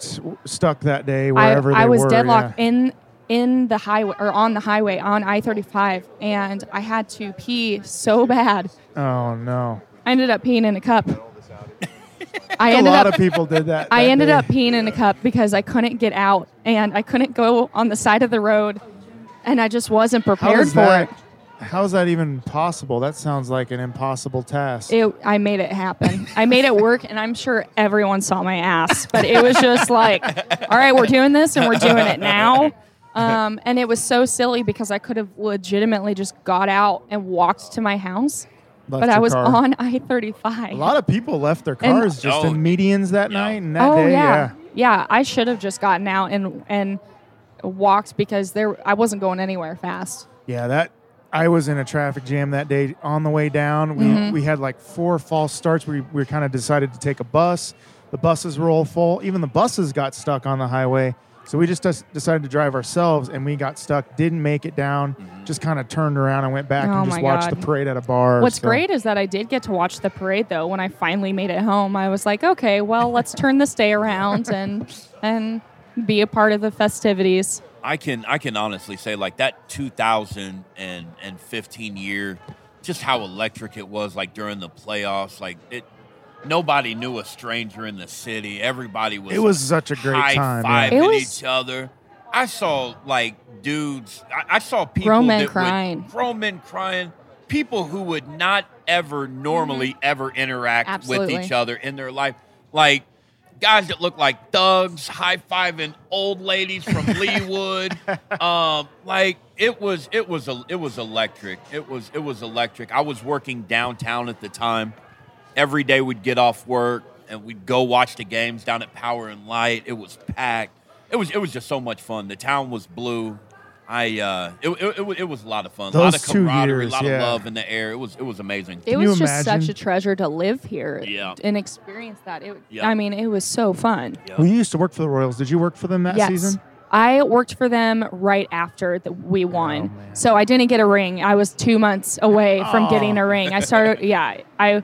stuck that day
I,
wherever they
I was
were.
deadlocked
yeah.
in in the highway or on the highway on I thirty five, and I had to pee so bad.
Oh no!
I ended up peeing in a cup. I
A
ended
lot
up.
of people did that.
I
that
ended
day.
up peeing in a cup because I couldn't get out and I couldn't go on the side of the road, and I just wasn't
How
prepared
is
for
that?
it.
How is that even possible? That sounds like an impossible task.
it. I made it happen. I made it work, and I'm sure everyone saw my ass. But it was just like, all right, we're doing this, and we're doing it now. Um, and it was so silly because I could have legitimately just got out and walked to my house,
Left
but I
your
was
car.
on
A
I-35.
lot of people left their
And-
cars just
Oh.
in medians that night and that
oh
day.
yeah. yeah, I should have just gotten out and and walked because there I wasn't going anywhere fast.
Yeah, that I was in a traffic jam that day on the way down. We,
Mm-hmm.
we had like four false starts. We, we kind of decided to take a bus. The buses were all full. Even the buses got stuck on the highway. So we just des- decided to drive ourselves and we got stuck, didn't make it down,
Mm-hmm.
just kind of turned around and went back
Oh
and just
my
watched
God.
the parade at a bar.
What's
So-
great is that I did get to watch the parade though. When I finally made it home, I was like, okay, well, let's turn this day around and and be a part of the festivities.
I can I can honestly say like that 2015 year, just how electric it was like during the playoffs. Like it, nobody knew a stranger in the city. Everybody was
It was such a great
high
time. yeah.
fiving
It was-
each other. I saw like dudes. I, I saw people
Grown men
that would-
crying.
grown men crying. People who would not ever normally ever interact
Absolutely.
with each other in their life, like. Guys that look like thugs, high fiving old ladies from Leewood, um, like it was it was a it was electric. It was it was electric. I was working downtown at the time. Every day we'd get off work and we'd go watch the games down at Power and Light. It was packed. It was it was just so much fun. The town was blue. I uh, it, it, it, was- it was a lot of fun. a lot of
Those two
camaraderie,
years,
a lot
yeah.
of love in the air. It was it was amazing.
It
Can you
was just such
imagine?
a treasure to live here
Yeah.
and experience that. It,
Yeah.
I mean, it was so fun.
Yeah.
Well, you used to work for the Royals. Did you work for them that
yes.
season? Oh,
I worked for them right after that we won. so I didn't get a ring. I was two months away
Oh.
from getting a ring. I started, yeah, I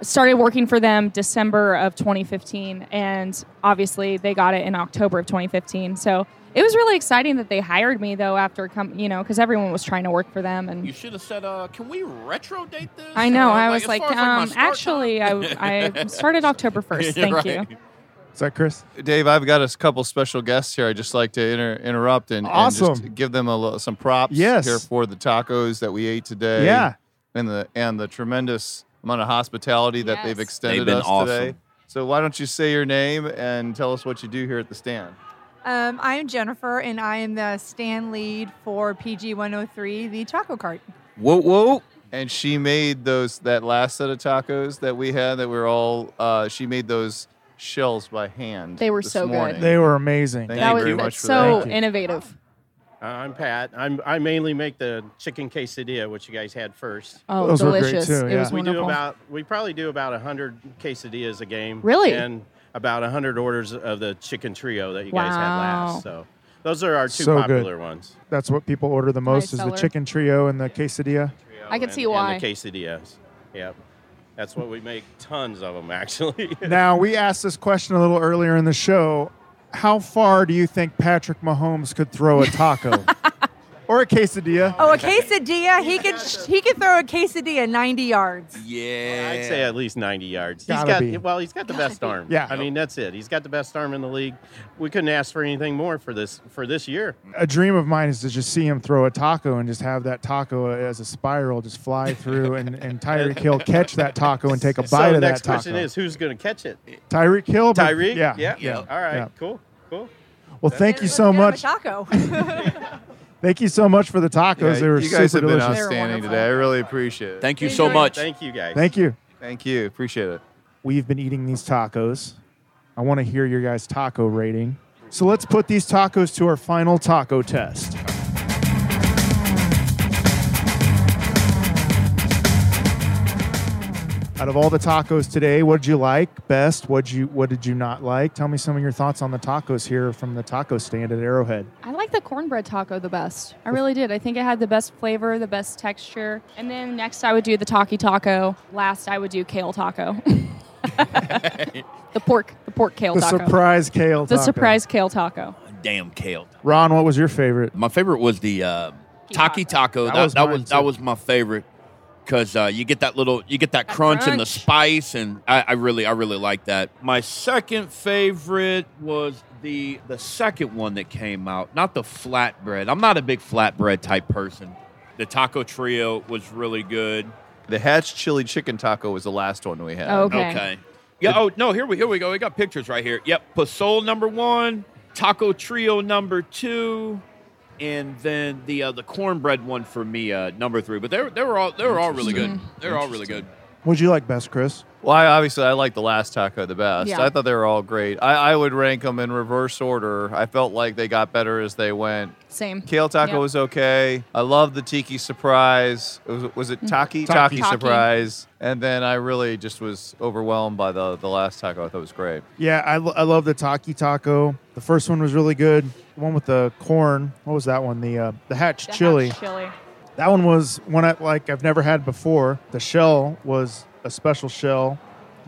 started working for them December of 2015. And obviously they got it in October of 2015. So it was really exciting that they hired me though after, com- you know, because everyone was trying to work for them. And
You should have said, uh, "Can we retro date this?"
I know,
Uh,
I was
as
like,
far as, my
um,
start
actually,
time?
I, I started October 1st. Thank
Right.
you.
Is that Chris?
Dave, I've got a s- couple special guests here. I just like to inter- interrupt and, and just
Awesome.
give them a little, some props
Yes.
here for the tacos that we ate today.
Yeah.
and the and the tremendous amount of hospitality that they've
Yes.
extended
They've been
us today.
awesome.
So why don't you say your name and tell us what you do here at the stand?
Um, I am Jennifer, and I am the stand lead for PG 103, the Taco Cart.
Whoa, whoa!
And she made those that last set of tacos that we had that we are all. Uh, she made those shells by hand.
They were
this
so good.
morning.
They were amazing.
Thank
That
you
was
very
that's
much for
so
that.
Thank you.
innovative.
Uh, I'm Pat. I'm, I mainly make the chicken quesadilla, which you guys had first.
Oh,
Those were great,
delicious.
too,
It was
yeah.
We
wonderful.
do about we probably do about hundred quesadillas a game.
Really?
And about hundred orders of the chicken trio that you guys had
Wow.
last. So those are our two
So good.
popular ones.
That's what people order the most is the
seller.
chicken trio and the quesadilla.
I can
and,
see
and
why.
the quesadillas. Yep. That's what we make tons of them actually.
Now, we asked this question a little earlier in the show. How far do you think Patrick Mahomes could throw a taco or a quesadilla?
Oh, a quesadilla. He could he could throw a quesadilla 90 yards.
Yeah,
I'd say at least 90 yards. He's
Gotta
got
be.
well, he's got the best arm.
Yeah.
I mean, that's it. He's got the best arm in the league. We couldn't ask for anything more for this for this year.
A dream of mine is to just see him throw a taco and just have that taco as a spiral just fly through and, and Tyreek Hill catch that taco and take a bite
so
of
next
that taco.
question is who's going to catch it?
Tyreek Hill. but-
Tyreek?
Yeah.
Yeah.
yeah.
All right.
yeah.
Cool. Cool.
Well, thank
Let's
you
get
so
him a
much.
Taco.
Thank you so much for the tacos.
Yeah,
they were
you guys
super
have been
delicious.
outstanding
wonderful.
today. I really appreciate it.
Thank you so much.
Thank you guys.
Thank you.
Thank you. Appreciate it.
We've been eating these tacos. I want to hear your guys' taco rating. So let's put these tacos to our final taco test. Out of all the tacos today, what did you like best? What you what did you not like? Tell me some of your thoughts on the tacos here from the taco stand at Arrowhead.
I like the cornbread taco the best. I really did. I think it had the best flavor, the best texture. And then next I would do the Taki taco. Last I would do kale taco. The pork, the pork kale
The
taco.
surprise kale
the
taco.
surprise kale taco.
Damn kale.
Ron, what was your favorite?
My favorite was the uh, Taki Taco. That, that was
was
that
mine,
was,
too.
my favorite because uh, you get that little you get that crunch, and the
crunch.
spice, and I, I really I really like that. My second favorite was the the second one that came out, not the flatbread. I'm not a big flatbread type person. The taco trio was really good.
The hatch chili chicken taco was the last one we had.
Okay.
Okay. Yeah. Oh no. Here we here we go. We got pictures right here. Yep. Pasol number one, Taco Trio number two, and then the uh, the cornbread one for me uh, number three. But they were- they were all they were all really good. They were all really good.
Would you like best, Chris?
Well, I, obviously, I like the last taco the best.
Yeah.
I thought they were all great. I, I would rank them in reverse order. I felt like they got better as they went.
Same.
Kale taco
Yeah.
was okay. I love the tiki surprise. It was, was it
Mm.
taki?
Taki.
taki
Taki.
surprise. And then I really just was overwhelmed by the the last taco. I thought it was great.
Yeah, I, lo- I love the Taki Taco. The first one was really good. The one with the corn. What was that one? The uh, the hatch chili.
Chili.
That one was one I like I've never had before. The shell was a special shell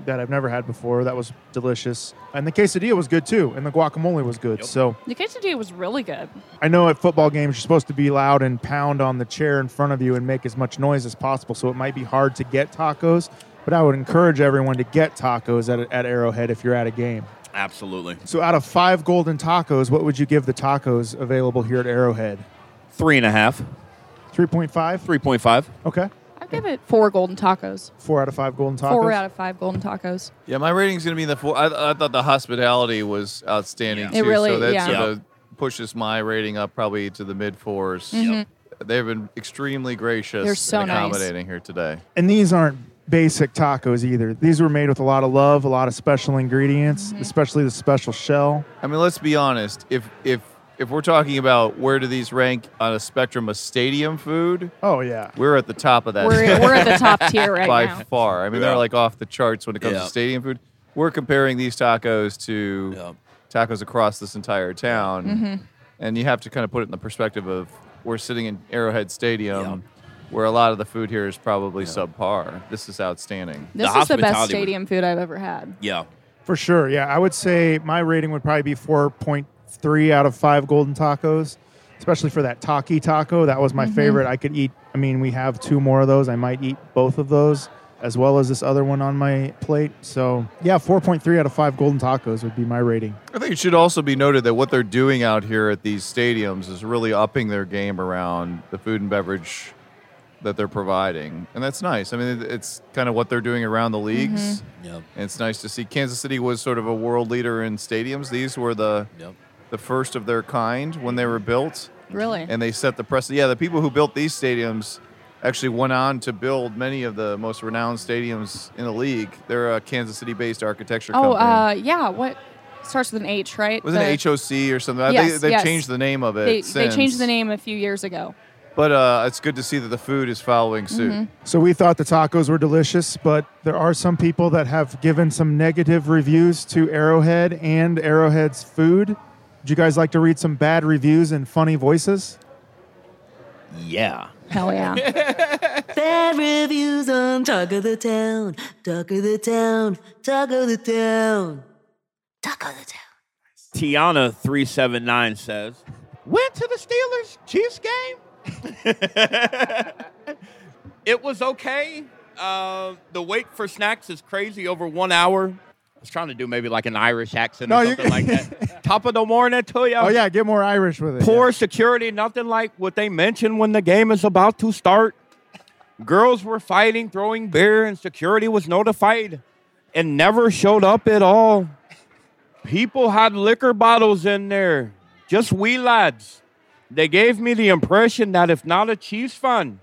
that I've never had before. That was delicious. And the quesadilla was good too, and the guacamole was good. So
The quesadilla was really good.
I know at football games you're supposed to be loud and pound on the chair in front of you and make as much noise as possible. So it might be hard to get tacos, but I would encourage everyone to get tacos at, at Arrowhead if you're at a game.
Absolutely.
So out of five golden tacos, what would you give the tacos available here at Arrowhead?
Three and a half.
3.5?
Three point five.
Okay.
I give it four golden tacos.
Four out of five golden tacos.
Four out of five golden tacos.
Yeah, my rating's gonna be in the four. I, I thought the hospitality was outstanding
Yeah.
It
too.
really-
so that
yeah.
sort of pushes my rating up probably to the mid 4s They've been extremely gracious
Mm-hmm. They're so
and
nice.
accommodating here today.
and these aren't basic tacos either. These were made with a lot of love, a lot of special ingredients,
Mm-hmm.
especially the special shell.
I mean, let's be honest. If if if we're talking about where do these rank on a spectrum of stadium food,
Oh yeah.
we're at the top of that
We're, we're at the top tier right
by
now.
far. I mean,
Yeah.
they're like off the charts when it comes
Yeah.
to stadium food. We're comparing these tacos to
Yeah.
tacos across this entire town,
Mm-hmm.
and you have to kind of put it in the perspective of we're sitting in Arrowhead Stadium. Where a lot of the food here is probably subpar. This is outstanding.
This
The
is the best
hospitality was-
stadium food I've ever had.
Yeah.
For sure. Yeah, I would say my rating would probably be 4.3 out of 5 golden tacos, especially for that Taki taco. That was my favorite. I could eat, I mean, we have two more of those. I might eat both of those as well as this other one on my plate. So, yeah, 4.3 out of 5 golden tacos would be my rating.
I think it should also be noted that what they're doing out here at these stadiums is really upping their game around the food and beverage that they're providing. And that's nice. I mean, it- it's kind of what they're doing around the leagues.
Mm-hmm.
Yep.
And it's nice to see Kansas City was sort of a world leader in stadiums. These were the
Yep.
the first of their kind when they were built
Really?
and they set the precedent. Yeah, the people who built these stadiums actually went on to build many of the most renowned stadiums in the league. They're a Kansas City-based architecture
oh,
company.
uh, yeah. What starts with an H, right?
was it
The-
an HOC or something? I
Yes,
they they
yes.
changed the name of it.
They, they
since.
changed the name a few years ago.
But uh, it's good to see that the food is following suit.
Mm-hmm.
So we thought the tacos were delicious, but there are some people that have given some negative reviews to Arrowhead and Arrowhead's food. Would you guys like to read some bad reviews and funny voices?
Yeah.
Hell yeah.
Bad reviews on Talk of the Town, Talk of the Town, Talk of the Town, Talk of the Town.
Tiana three seven nine says, "Went to the Steelers Chiefs game. it was okay. Uh, the wait for snacks is crazy over one hour. I was trying to do maybe like an Irish accent
No,
or
you-
something like that. Top of the morning to you.
Oh yeah, get more Irish with it.
Poor security, nothing like what they mention when the game is about to start. Girls were fighting, throwing beer, and security was notified and never showed up at all. People had liquor bottles in there, just wee lads. They gave me the impression that if not a Chiefs fan,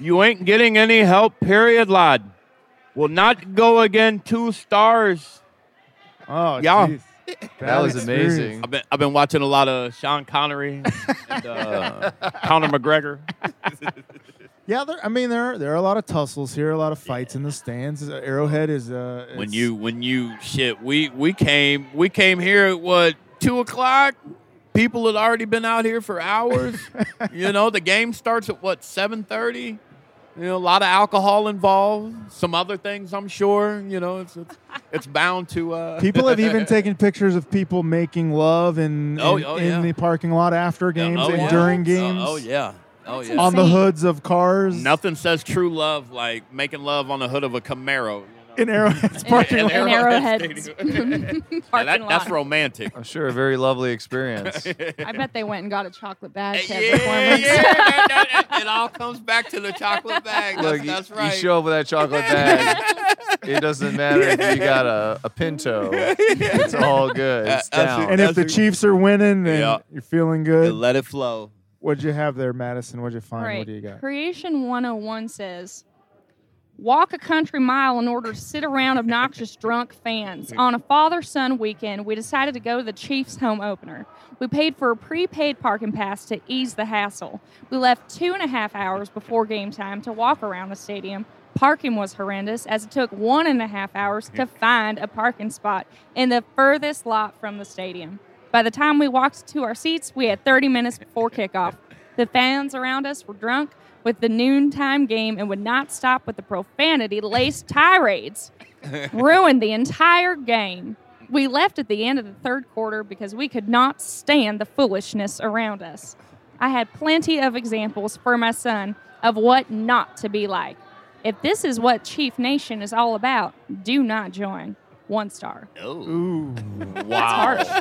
you ain't getting any help, period, lad. Will not go again, two stars.
Oh
Yeah.
jeez.
That was
experience.
amazing.
I've been, I've been watching a lot of Sean Connery and uh, Conor McGregor.
Yeah, there, I mean there are, there are a lot of tussles here, a lot of fights in the stands. Arrowhead is uh,
when
it's-
you when you shit we we came we came here at what two o'clock people had already been out here for hours you know the game starts at what 7.30 You know, a lot of alcohol involved, some other things, I'm sure. You know, it's it's, it's bound to. Uh,
People have even taken pictures of people making love in
Oh,
in,
oh,
in
yeah.
the parking lot after
Yeah,
games
oh,
and
yeah.
during
Uh,
games.
oh yeah. Oh yeah.
On the hoods of cars.
Nothing says true love like making love on the hood of a Camaro.
In Arrowhead's
parking
in
lot.
Arrowhead
Arrowheads.
Now, that-
Parking
that's
lot.
romantic.
I'm sure a very lovely experience.
I bet they went and got a chocolate bag. to have
Yeah,
performance.
yeah, that- that- that- it all comes back to the chocolate bag. That's,
Look, you-
that's
you,
right.
show up with that chocolate bag. it doesn't matter if you got a, a pinto. It's all good. It's
Uh, that's
down.
and if the Chiefs are winning, then
Yeah.
you're feeling good.
Let it flow.
What'd you have there, Madison? What'd you find?
Right.
What do you got?
Creation 101 says, Walk a country mile in order to sit around obnoxious drunk fans. On a father son weekend, we decided to go to the Chiefs home opener. We paid for a prepaid parking pass to ease the hassle. We left two and a half hours before game time to walk around the stadium. Parking was horrendous as it took one and a half hours to find a parking spot in the furthest lot from the stadium. By the time we walked to our seats, we had 30 minutes before kickoff. The fans around us were drunk with the noontime game and would not stop with the profanity laced tirades. Ruined the entire game. We left at the end of the third quarter because we could not stand the foolishness around us. I had plenty of examples for my son of what not to be like. If this is what Chief Nation is all about, do not join. One star.
Ooh.
Wow.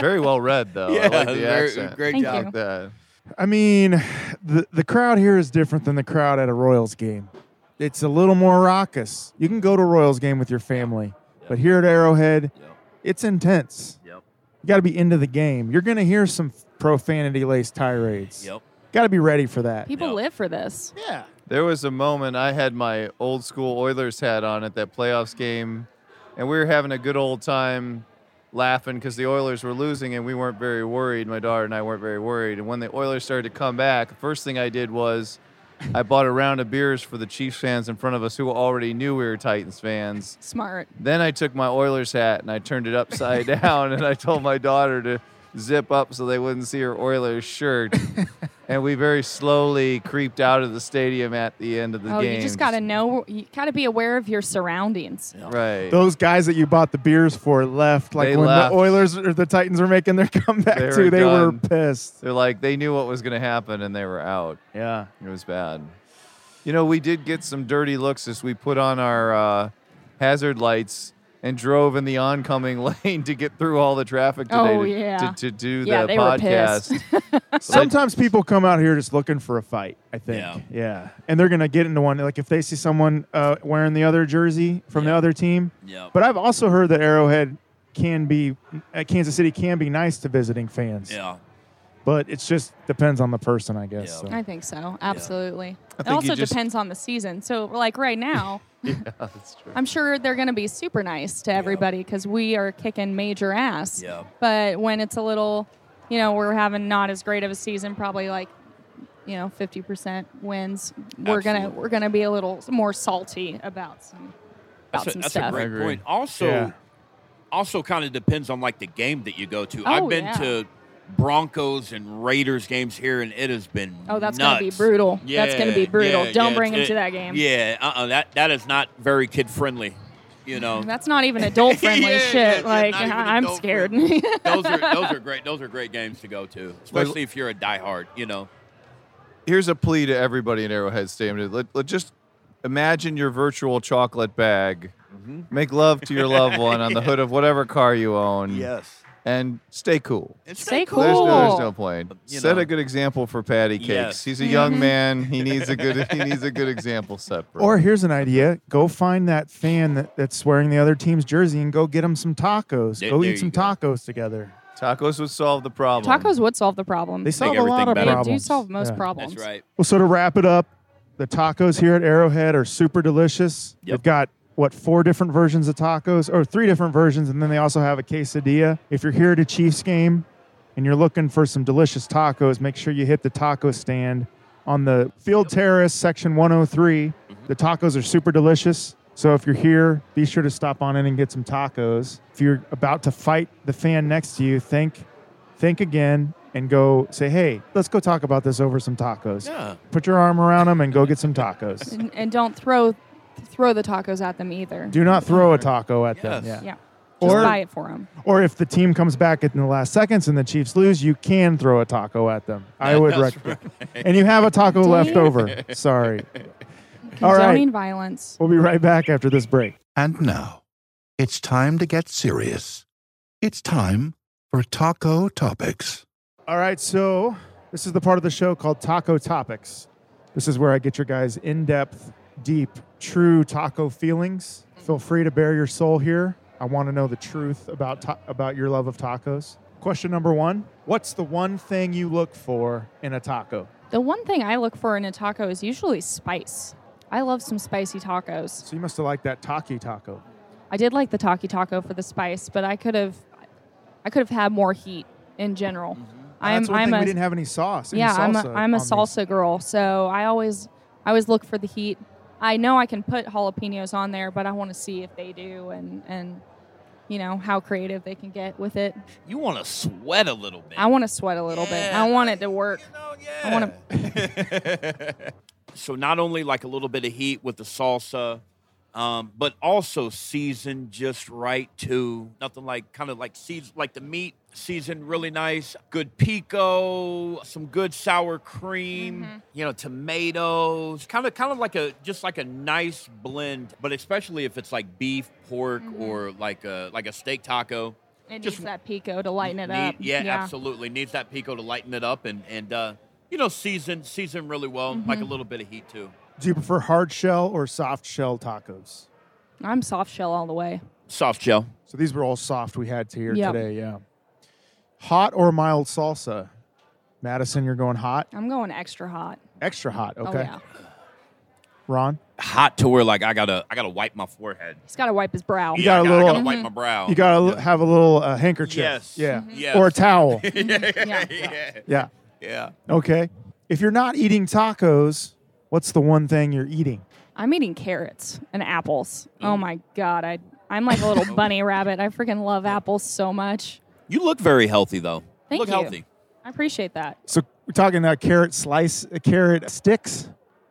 Very well read, though. I like the
very-
accent.
great
Thank
job.
you.
Like that.
I mean, the the crowd here is different than the crowd at a Royals game. It's a little more raucous. You can go to a Royals game with your family, but here at Arrowhead, it's intense.
Yep.
You got to be into the game. You're going to hear some profanity laced tirades.
Yep.
Got to be ready for that.
People live for this.
There was a moment I had my old school Oilers hat on at that playoffs game, and we were having a good old time laughing because the Oilers were losing and we weren't very worried. My daughter and I weren't very worried. And when the Oilers started to come back, the first thing I did was I bought a round of beers for the Chiefs fans in front of us who already knew we were Titans fans.
Smart.
Then I took my Oilers hat and I turned it upside down and I told my daughter to zip up so they wouldn't see her Oilers shirt. and we very slowly creeped out of the stadium at the end of the
oh,
game.
you just got to know, you got to be aware of your surroundings.
Right.
Those guys that you bought the beers for left, like
They
when
left.
the Oilers or the Titans were making their comeback
They
too.
were
they were
done.
pissed.
They're like they knew what was going to happen and they were out.
Yeah.
It was bad. You know, we did get some dirty looks as we put on our uh, hazard lights and drove in the oncoming lane to get through all the traffic today
Oh,
to,
yeah.
to, to do
Yeah,
the
they were pissed.
podcast.
Sometimes people come out here just looking for a fight. I think.
Yeah.
Yeah. And they're gonna get into one. Like if they see someone uh, wearing the other jersey from the other team.
Yep.
But I've also heard that Arrowhead can be, uh, Kansas City can be nice to visiting fans.
Yeah.
But it's just depends on the person, I guess.
Yeah.
So.
I think so. Absolutely.
think
it
you
also
just-
depends on the season. So, like right now,
yeah, that's true.
I'm sure they're going to be super nice to everybody because we are kicking major ass.
Yeah.
But when it's a little, you know, we're having not as great of a season, probably like, you know, 50% wins. We're gonna
Absolutely.
we're gonna be a little more salty about some about
That's, a,
some
that's a
stuff.
great point. Also,
Yeah.
also kind of depends on like the game that you go to.
Oh,
I've been
yeah.
to Broncos and Raiders games here, and it has been
Oh, that's
nuts.
gonna be brutal. That's gonna be
Yeah,
brutal.
yeah,
Don't
yeah,
bring
it's-
him to
it-
that game.
Yeah, uh, uh that that is not very kid friendly. You know,
That's not even adult friendly
Yeah, yeah,
shit.
yeah,
like
not even
I- I'm
adult
scared.
friendly. those are those are great. Those are great games to go to, especially if you're a diehard. You know,
Here's a plea to everybody in Arrowhead Stadium. Let, let just imagine your virtual chocolate bag. Make love to your loved one on the hood of whatever car you own.
yes,
And stay cool.
it's
Stay cool.
There's no, there's no point.
you
set
know.
a good example for Patty Cakes.
Yes.
He's a young man. He needs a good. he needs a good example set. For
Or
him.
here's an idea: go find that fan that, that's wearing the other team's jersey and go get them some tacos.
There-
go
there
eat some
you go.
tacos together.
tacos would solve the problem.
Tacos would solve the problem.
They solve a
everything
lot of
better.
They
problems.
do solve most
Yeah.
problems.
That's right.
Well, so to wrap it up, the tacos here at Arrowhead are super delicious.
Yep.
They've got what four different versions of tacos, or three different versions, and then they also have a quesadilla. If you're here at a Chiefs game and you're looking for some delicious tacos, make sure you hit the taco stand on the Field Terrace, section 103. The tacos are super delicious. So if you're here, be sure to stop on in and get some tacos. If you're about to fight the fan next to you, think think again and go say, hey, let's go talk about this over some tacos.
Yeah.
Put your arm around them and go get some tacos.
and, and don't throw throw the tacos at them either.
Do not throw a taco at them.
Yes.
Yeah.
yeah, just
Or-
buy it for them.
Or if the team comes back in the last seconds and the Chiefs lose, you can throw a taco at them. I would
That's
recommend. And you have a taco left over. Sorry. All right.
Condoning violence.
We'll be right back after this break.
And now, it's time to get serious. It's time for Taco Topics.
All right, so this is the part of the show called Taco Topics. This is where I get your guys in depth, deep, true taco feelings. Feel free to bare your soul here. I want to know the truth about ta- about your love of tacos. Question number one: What's the one thing you look for in a taco?
The one thing I look for in a taco is usually spice. I love some spicy tacos.
So you must have liked that Taki taco.
I did like the Taki taco for the spice, but I could have, I could have had more heat in general.
Mm-hmm.
I'm,
That's one
I'm
thing
a,
we didn't have any sauce. any
yeah, I'm
salsa
a, I'm a
on these.
salsa girl, so I always, I always look for the heat. I know I can put jalapenos on there, but I want to see if they do and and, you know, how creative they can get with it.
You want to sweat a little bit.
I want to sweat a little bit. I
Yeah.
want it to work. I wanna-
so not only like a little bit of heat with the salsa, um, but also seasoned just right too. Nothing like kind of like season like the meat seasoned really nice. Good pico, some good sour cream,
Mm-hmm.
you know, tomatoes. Kind of kind of like a just like a nice blend. But especially if it's like beef, pork,
Mm-hmm.
or like a like a steak taco.
It
Just-
needs that pico to lighten it
Need-
up.
Yeah, absolutely. Needs that pico to lighten it up and and uh, you know season season really well,
Mm-hmm.
like a little bit of heat too.
Do you prefer hard shell or soft shell tacos?
I'm soft shell all the way.
Soft shell.
So these were all soft we had to here
Yep.
today, yeah. Hot or mild salsa? Madison, you're going hot?
I'm going extra hot.
Extra hot, okay.
Oh yeah.
Ron?
Hot to where like I gotta I gotta wipe my forehead.
He's got to wipe his brow.
You
got a
I gotta, I
little-
gotta
Mm-hmm.
wipe my brow.
You got to have a little uh, handkerchief.
Yes.
Yeah.
Yes.
Or a towel.
yeah,
Yeah.
yeah,
yeah.
yeah.
Okay. If you're not eating tacos, what's the one thing you're eating?
I'm eating carrots and apples.
Mm.
Oh my god, I I'm like a little bunny rabbit. I freaking love apples so much.
You look very healthy though.
Thank
look
you.
healthy.
I appreciate that.
So we're talking uh, carrot slice, uh, carrot sticks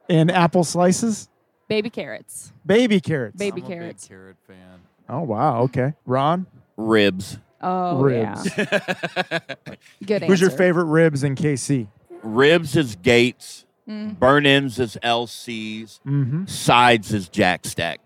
and apple slices?
Baby carrots.
Baby carrots.
Baby
I'm
carrots.
A big carrot fan.
Oh, wow. Okay. Ron?
Ribs.
Oh
Ribs.
yeah. Good answer.
Who's your favorite ribs in KC?
Ribs is gates.
Mm-hmm.
Burn ends is LCs.
Mm-hmm.
Sides is jack stack.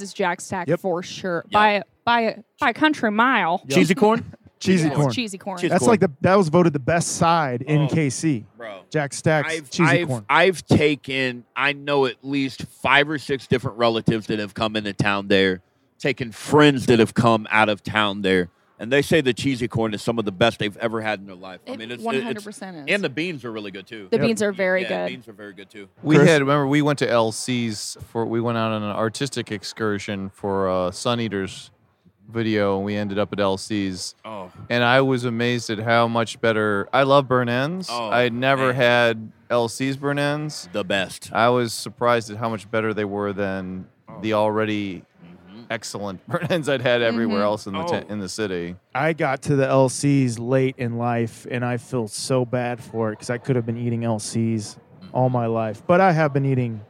Yep.
is Jack Stack
Yep.
for sure. By by by country mile.
Cheesy corn.
Cheesy
Yes,
corn.
Cheesy corn.
Cheesy-
That's
corn.
like the that was voted the best side in
Oh.
KC.
Bro.
Jack Stack's
I've,
cheesy
I've,
corn.
I've taken, I know at least five or six different relatives that have come into town there, taken friends that have come out of town there. And they say the cheesy corn is some of the best they've ever had in their life. I
It
mean, it's
100%
it's-
is.
And the beans are really good too.
The beans are very
yeah,
good.
Beans are very good too.
We
Chris?
had remember we went to LC's for we went out on an artistic excursion for a Sun Eaters video and we ended up at LC's
Oh,
and I was amazed at how much better I love burn ends.
Oh,
I had never
man.
had LC's burn ends.
the best.
I was surprised at how much better they were than
Oh.
the already
Mm-hmm.
excellent burn ends I'd had everywhere
Mm-hmm.
else in the
Oh.
te- in the city.
I got to the LCs late in life, and I feel so bad for it because I could have been eating LCs all my life, but I have been eating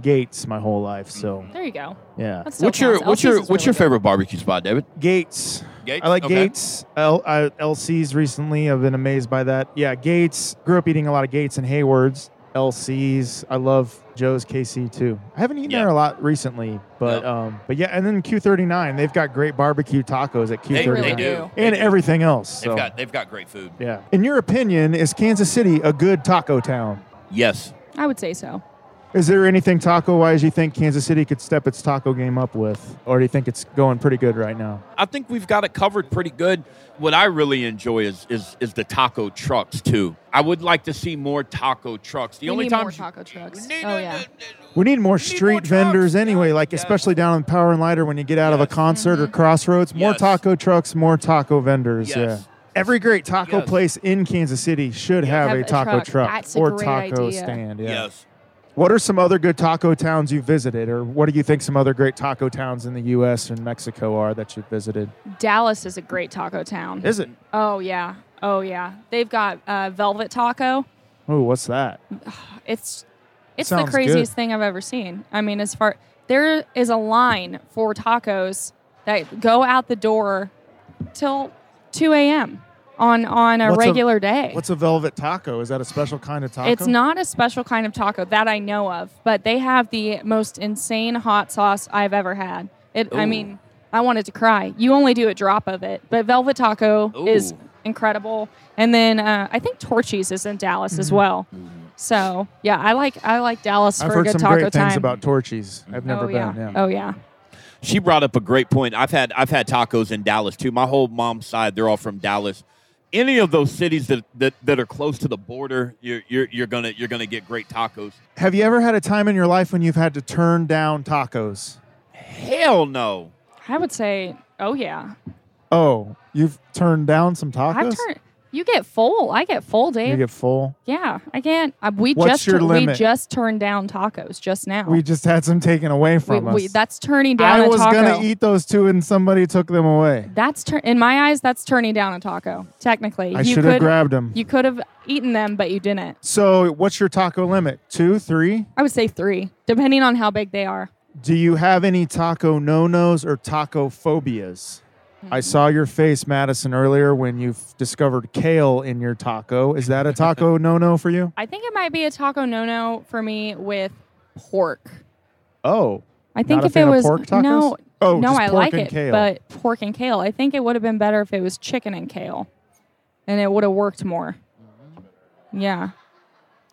Gates my whole life. So
There you go.
yeah,
That still
What's your
counts.
what's your
LC's
what's
is really
your
good.
favorite barbecue spot, David?
Gates.
Gates?
I like
Okay.
Gates. L- I, LCs recently, I've been amazed by that. Yeah, Gates. Grew up eating a lot of Gates and Haywards. LCs. I love Joe's KC too. I haven't eaten
Yeah.
there a lot recently, but
No.
um, but yeah, and then Q39. They've got great barbecue tacos at Q39
They,
really
they do. They
and
do.
everything else. So
They've got they've got great food.
yeah. In your opinion, is Kansas City a good taco town?
Yes.
I would say so.
Is there anything taco wise you think Kansas City could step its taco game up with, or do you think it's going pretty good right now?
I think we've got it covered pretty good. What I really enjoy is is is the taco trucks too. I would like to see more taco trucks. The
We
only
need
time
more taco trucks. Oh yeah.
We need more
need
street
more
vendors
trucks.
anyway,
Yeah,
like
yeah.
especially down in Power and Lighter when you get out of a
Yes. Mm-hmm.
concert or crossroads. More
Yes.
taco trucks, more taco vendors.
Yes.
Yeah. Every great taco
Yes.
place in Kansas City should have,
Have
a
a
taco
truck.
truck,
That's a
or
great
taco
idea.
stand. Yeah.
yes.
What are some other good taco towns you visited, or what do you think some other great taco towns in the
Mm-hmm.
U.S. and Mexico are that you've visited?
Dallas is a great taco town.
Is it?
Oh yeah. Oh yeah, they've got uh, velvet taco.
Oh, what's that?
It's it's
Sounds
the craziest
good.
thing I've ever seen. I mean, as far there is a line for tacos that go out the door till 2 a.m. on on a
What's
regular day.
What's a velvet taco? Is that a special kind of taco?
It's not a special kind of taco that I know of, but they have the most insane hot sauce I've ever had. It, I
Ooh.
mean, I wanted to cry. You only do a drop of it, but Velvet Taco is
Ooh.
incredible. And then uh, I think Torchy's is in Dallas as well.
Mm-hmm.
So yeah, I like I like Dallas
Mm-hmm. I've
for a
heard
good
some
taco
great
time.
things about Torchies. I've never
oh
been.
yeah.
yeah.
oh yeah,
She brought up a great point. I've had I've had tacos in Dallas too. My whole mom's side, they're all from Dallas. Any of those cities that that, that are close to the border, you're, you're you're gonna you're gonna get great tacos.
Have you ever had a time in your life when you've had to turn down tacos?
Hell no.
I would say oh yeah.
Oh, you've turned down some tacos.
I've turned. You get full. I get full,
You
Dave.
get full.
yeah, I can't. I, we
What's
just
your
we
limit?
just turned down tacos just now.
We just had some taken away
We-
from us.
we- that's turning down
I
a
was
taco.
gonna eat those two, and somebody took them away.
That's tur- in my eyes. That's turning down a taco. Technically,
I should have grabbed them.
You could have eaten them, but you didn't.
So, what's your taco limit? Two, three?
I would say three, depending on how big they are.
Do you have any taco no nos or taco phobias? I
Hmm.
saw your face, Madison, earlier when you f- discovered kale in your taco. Is that a taco no no for you?
I think it might be a taco no no for me with pork.
Oh,
I think
Not a
if
fan
it
of
was
pork tacos?
no,
Oh,
no,
just
I
pork
like
and
it,
kale.
but pork and kale. I think it would have been better if it was chicken and kale, and it would have worked more. Yeah,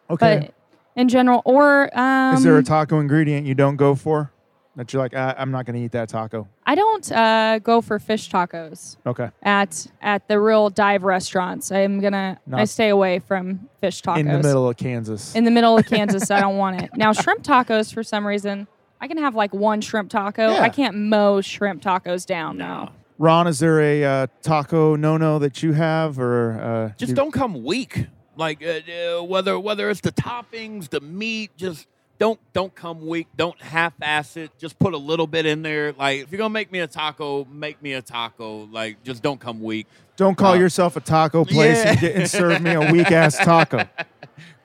okay.
but in general, or um,
Is there a taco ingredient you don't go for that you're like, ah, I'm not going to eat that taco?
I don't uh, go for fish tacos.
Okay.
at at the real dive restaurants. I'm gonna I
Not-
stay away from fish tacos
In the middle of Kansas.
In the middle of Kansas, I don't want it. Now shrimp tacos for some reason I can have like one shrimp taco.
Yeah.
I can't mow shrimp tacos down now.
Ron, is there a uh, taco no no that you have or uh,
Just
you-
don't come weak. Like uh, uh, whether whether it's the toppings, the meat, just don't don't come weak. Don't half-ass it. Just put a little bit in there. Like if you're gonna make me a taco, make me a taco. Like just don't come weak.
don't call yourself a taco place and,
yeah.
get, and serve me a weak ass taco.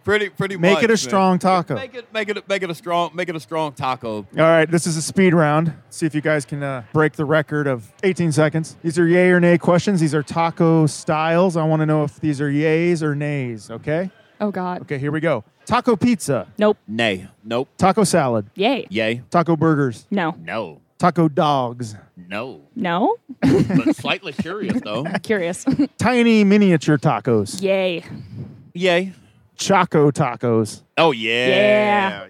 Pretty pretty
Make
much.
it a
man.
strong taco.
Make it make it make it a strong make it a strong taco.
All right, this is a speed round. See if you guys can uh, break the record of 18 seconds. These are yay or nay questions. These are taco styles. I want to know if these are yays or nays, okay?
Oh God.
Okay, here we go. Taco pizza,
Nope.
Nay. Nope.
taco salad,
Yay.
Yay.
taco burgers,
No.
No.
taco dogs,
No.
No.
But slightly curious though.
Curious.
tiny miniature tacos,
Yay.
Yay.
choco tacos,
Oh yeah.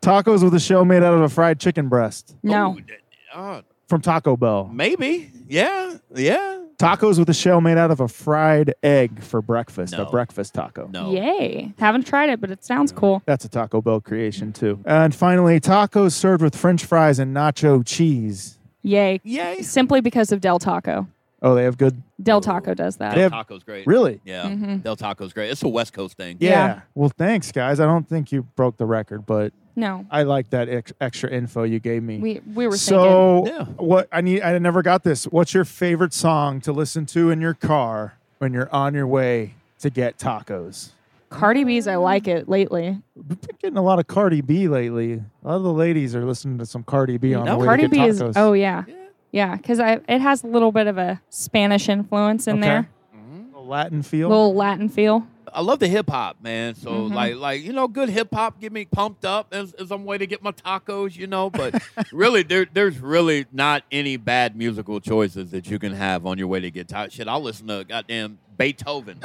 tacos with a shell made out of a fried chicken breast
No.
Ooh, that- uh,
from Taco Bell,
maybe. Yeah. Yeah.
tacos with a shell made out of a fried egg for breakfast,
No.
a breakfast taco.
No.
Yay. Haven't tried it, but it sounds cool.
That's a Taco Bell creation too. And finally, tacos served with French fries and nacho cheese.
Yay.
Yay.
Simply because of Del Taco.
Oh, they have good.
Del
Oh.
Taco does that.
They
Del
have-
Taco's great.
Really?
Yeah. Del Taco's great. It's a West Coast thing.
Yeah.
Well, thanks, guys. I don't think you broke the record, but
No.
I like that ex- extra info you gave me.
We we were thinking.
so,
Yeah.
what I need, I never got this. What's your favorite song to listen to in your car when you're on your way to get tacos?
Cardi B's I like it lately.
We've been getting a lot of Cardi B lately. A lot of the ladies are listening to some Cardi B on
know,
the way
Oh, Cardi
to
B
get
is
tacos.
oh yeah, yeah, because I it has a little bit of a Spanish influence in
Okay.
there,
A Latin feel.
little Latin feel.
I love the hip hop, man. So like like you know, good hip hop get me pumped up as, as some way to get my tacos, you know. But really, there there's really not any bad musical choices that you can have on your way to get tacos. Shit, I'll listen to goddamn Beethoven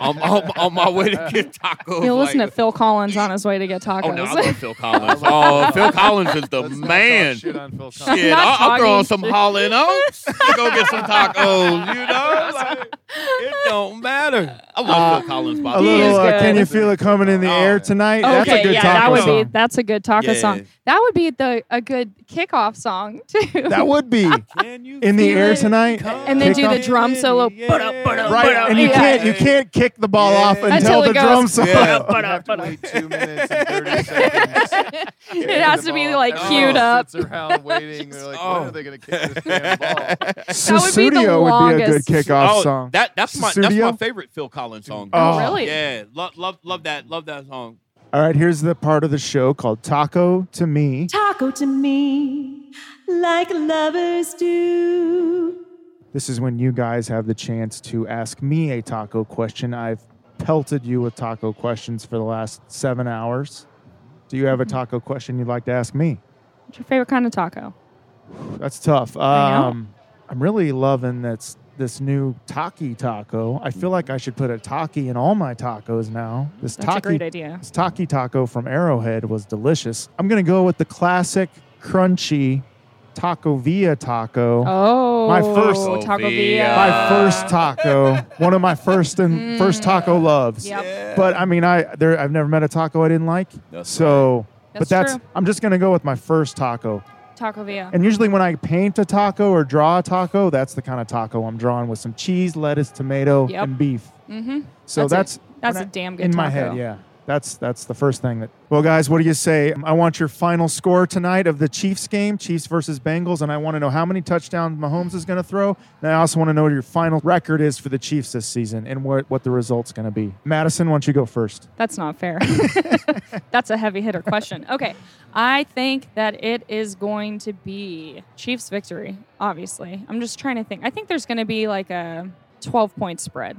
on, on, on my way to get tacos.
You'll listen
Oh,
to
like-
Phil Collins on his way to get
Oh
tacos.
no, I love Phil Collins. oh, Phil Collins is the
Let's not talk
man.
Shit on Phil Collins.
Shit,
not
I'll, I'll throw on some
talking shit.
Holland Oats to go get some tacos. You know, like, it don't matter. I love Phil Collins. By
Uh, a
the way.
little. Uh,
good.
can you feel it coming in the
Oh.
air tonight? That's
okay,
a good
yeah,
taco
that would
song.
be that's a good taco
Yeah.
song. That would be the a good kickoff song too.
That would be
Can you
in the
feel
air
it
tonight.
coming
and then do the
in
drum
the
solo.
air?
Ba-da, ba-da,
Right, and you
Yeah.
can't you can't kick the ball off until,
Until it
the
goes-
drum solo.
Yeah. You have to wait two minutes and 30 seconds.
it has to be like queued up.
Sits around waiting. They're like, when
oh.
are they going to kick this damn ball?
would be the
Susudio would be a good
longest.
kickoff
oh,
song.
That that's my that's my
Studio?
favorite Phil Collins song.
Oh.
Really?
Yeah, love love love that love that song.
All right, here's the part of the show called Taco to Me.
Taco to me, like lovers do.
This is when you guys have the chance to ask me a taco question. I've pelted you with taco questions for the last seven hours. Do you
Mm-hmm.
have a taco question you'd like to ask me?
What's your favorite kind of taco?
That's tough.
know.
Um, I'm really loving that's this new Taki taco.
Mm-hmm.
I feel like I should put a Taki in all my tacos now. This
That's a
Taki
great idea.
This Taki taco from Arrowhead was delicious. I'm gonna go with the classic crunchy Taco Via taco.
Oh,
My first-
Villa.
Taco Villa.
my first taco, one of my first
Mm.
and first taco loves.
Yep.
But I mean, I there I've never met a taco I didn't like.
That's
so, but
That's
that's
true.
I'm just gonna go with my first taco.
Taco Villa.
And usually when I paint a taco or draw a taco, that's the kind of taco I'm drawing with some cheese, lettuce, tomato,
Yep.
and beef.
Mm-hmm.
So that's
That's That's
when
a
I-
damn good
in my
taco.
head. Yeah, that's that's the first thing that. Well, guys, what do you say? I want your final score tonight of the Chiefs game, Chiefs versus Bengals, and I want to know how many touchdowns Mahomes is going to throw. And I also want to know what your final record is for the Chiefs this season and what what the result's going to be. Madison, why don't you go first?
That's not fair. That's a heavy hitter question. Okay. I think that it is going to be Chiefs victory, obviously. I'm just trying to think. I think there's going to be like a 12 point spread.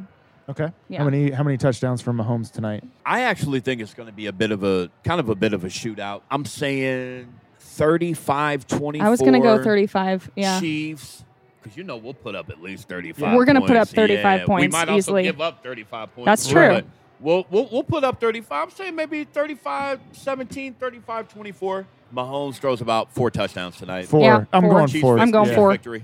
Okay.
Yeah.
How many how many touchdowns for Mahomes tonight?
I actually think it's going to be a bit of a kind of a bit of a shootout. I'm saying 35 24.
I was going to go 35. Yeah.
Chiefs. Because you know we'll put up at least 35
We're gonna put
points.
up 35
yeah, We
points
might also
easily.
give up 35 points.
That's
but
true.
We'll, we'll, we'll put up 35. I'm saying maybe 35 17, 35 24. Mahomes throws about four touchdowns tonight.
Four.
Yeah,
I'm
four.
going
Chiefs
four.
I'm going
victory.
four.
Victory.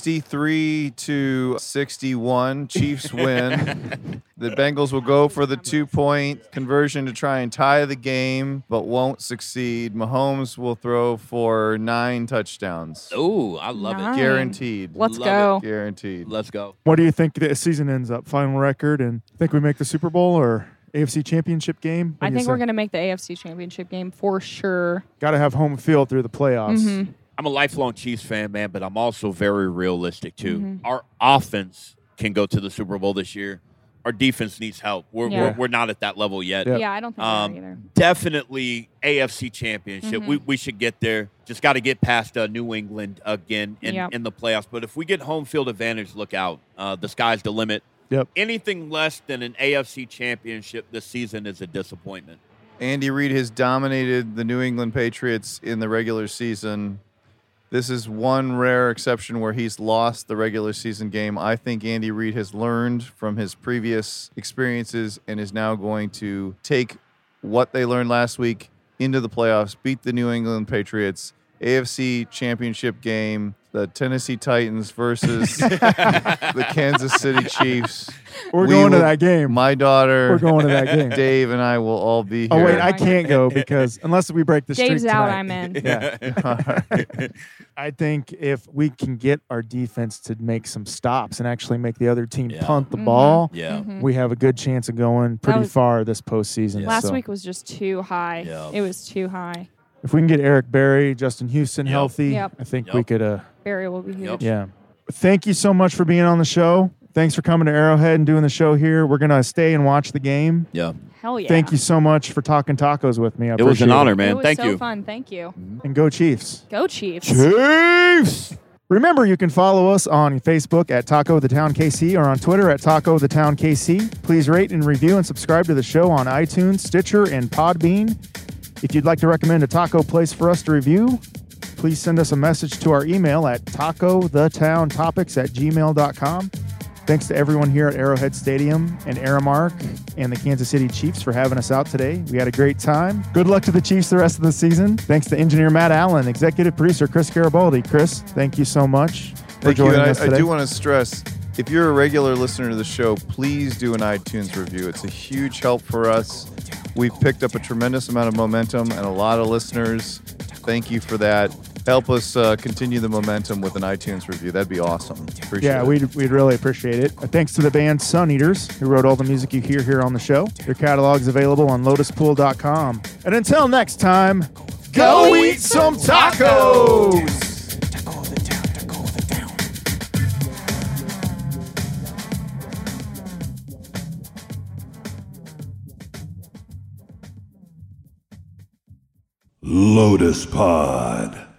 63 to 61. Chiefs win. the Bengals will go for the two point conversion to try and tie the game, but won't succeed. Mahomes will throw for nine touchdowns.
Oh, I love
Nice.
it.
Guaranteed.
Let's
Love
go.
Guaranteed.
Let's go.
What do you think the season ends up? Final record and think we make the Super Bowl or AFC Championship game?
I think we're going to make the AFC championship game for sure.
got to have home field through the playoffs.
Mm-hmm.
I'm a lifelong Chiefs fan, man, but I'm also very realistic too.
Mm-hmm.
Our offense can go to the Super Bowl this year. Our defense needs help. We're,
Yeah.
we're, we're not at that level yet.
Yep.
Yeah, I don't think
Um,
we are either.
definitely AFC Championship. We,
Mm-hmm.
we should get there. Just got to get past uh, New England again in,
Yep.
in the playoffs. But if we get home field advantage, look out. Uh, the sky's the limit.
Yep.
Anything less than an AFC Championship this season is a disappointment.
Andy Reid has dominated the New England Patriots in the regular season. This is one rare exception where he's lost the regular season game. I think Andy Reid has learned from his previous experiences and is now going to take what they learned last week into the playoffs, beat the New England Patriots, AFC Championship game, the Tennessee Titans versus the Kansas City Chiefs.
We're
We
going to
will-
that game.
My daughter,
We're going to that game.
Dave, and I will all be here.
Oh wait,
Here.
I can't go because unless we break the streak
Dave's out.
tonight.
I'm in.
Yeah. I think if we can get our defense to make some stops and actually make the other team
Yeah.
punt the
Mhm.
ball,
Yeah.
Mhm.
we have a good chance of going pretty
was-
far this postseason.
Last
so.
week was just too high.
Yeah.
It was too high.
if we can get Eric Berry, Justin Houston
Yep.
healthy,
Yep.
I think
Yep.
we could. Uh,
Barry will be
Yep.
huge.
yeah. Thank you so much for being on the show. Thanks for coming to Arrowhead and doing the show here. We're gonna stay and watch the game.
Yeah.
Hell yeah.
Thank you so much for talking tacos with me. I
It was
appreciate
an honor,
It
man.
was
Thank
so
you.
fun. Thank you.
And go Chiefs.
Go Chiefs.
Chiefs.
Remember, you can follow us on Facebook at Taco the Town KC or on Twitter at Taco the Town KC. Please rate and review and subscribe to the show on iTunes, Stitcher, and Podbean. If you'd like to recommend a taco place for us to review, please send us a message to our email at topics at gmail.com. Thanks to everyone here at Arrowhead Stadium and Aramark and the Kansas City Chiefs for having us out today. We had a great time. Good luck to the Chiefs the rest of the season. Thanks to engineer Matt Allen, executive producer Chris Garibaldi. Chris, thank you so much for
Thank you.
joining
And
us
I, I
today.
do want to stress if you're a regular listener to the show, please do an iTunes review. It's a huge help for us. We've picked up a tremendous amount of momentum and a lot of listeners. Thank you for that. help us uh, continue the momentum with an iTunes review. That'd be awesome. Appreciate
yeah,
it.
we'd, we'd really appreciate it. Uh, Thanks to the band Sun Eaters, who wrote all the music you hear here on the show. Their catalog's available on lotuspool.com. And until next time, go eat some tacos!
Lotus Pod.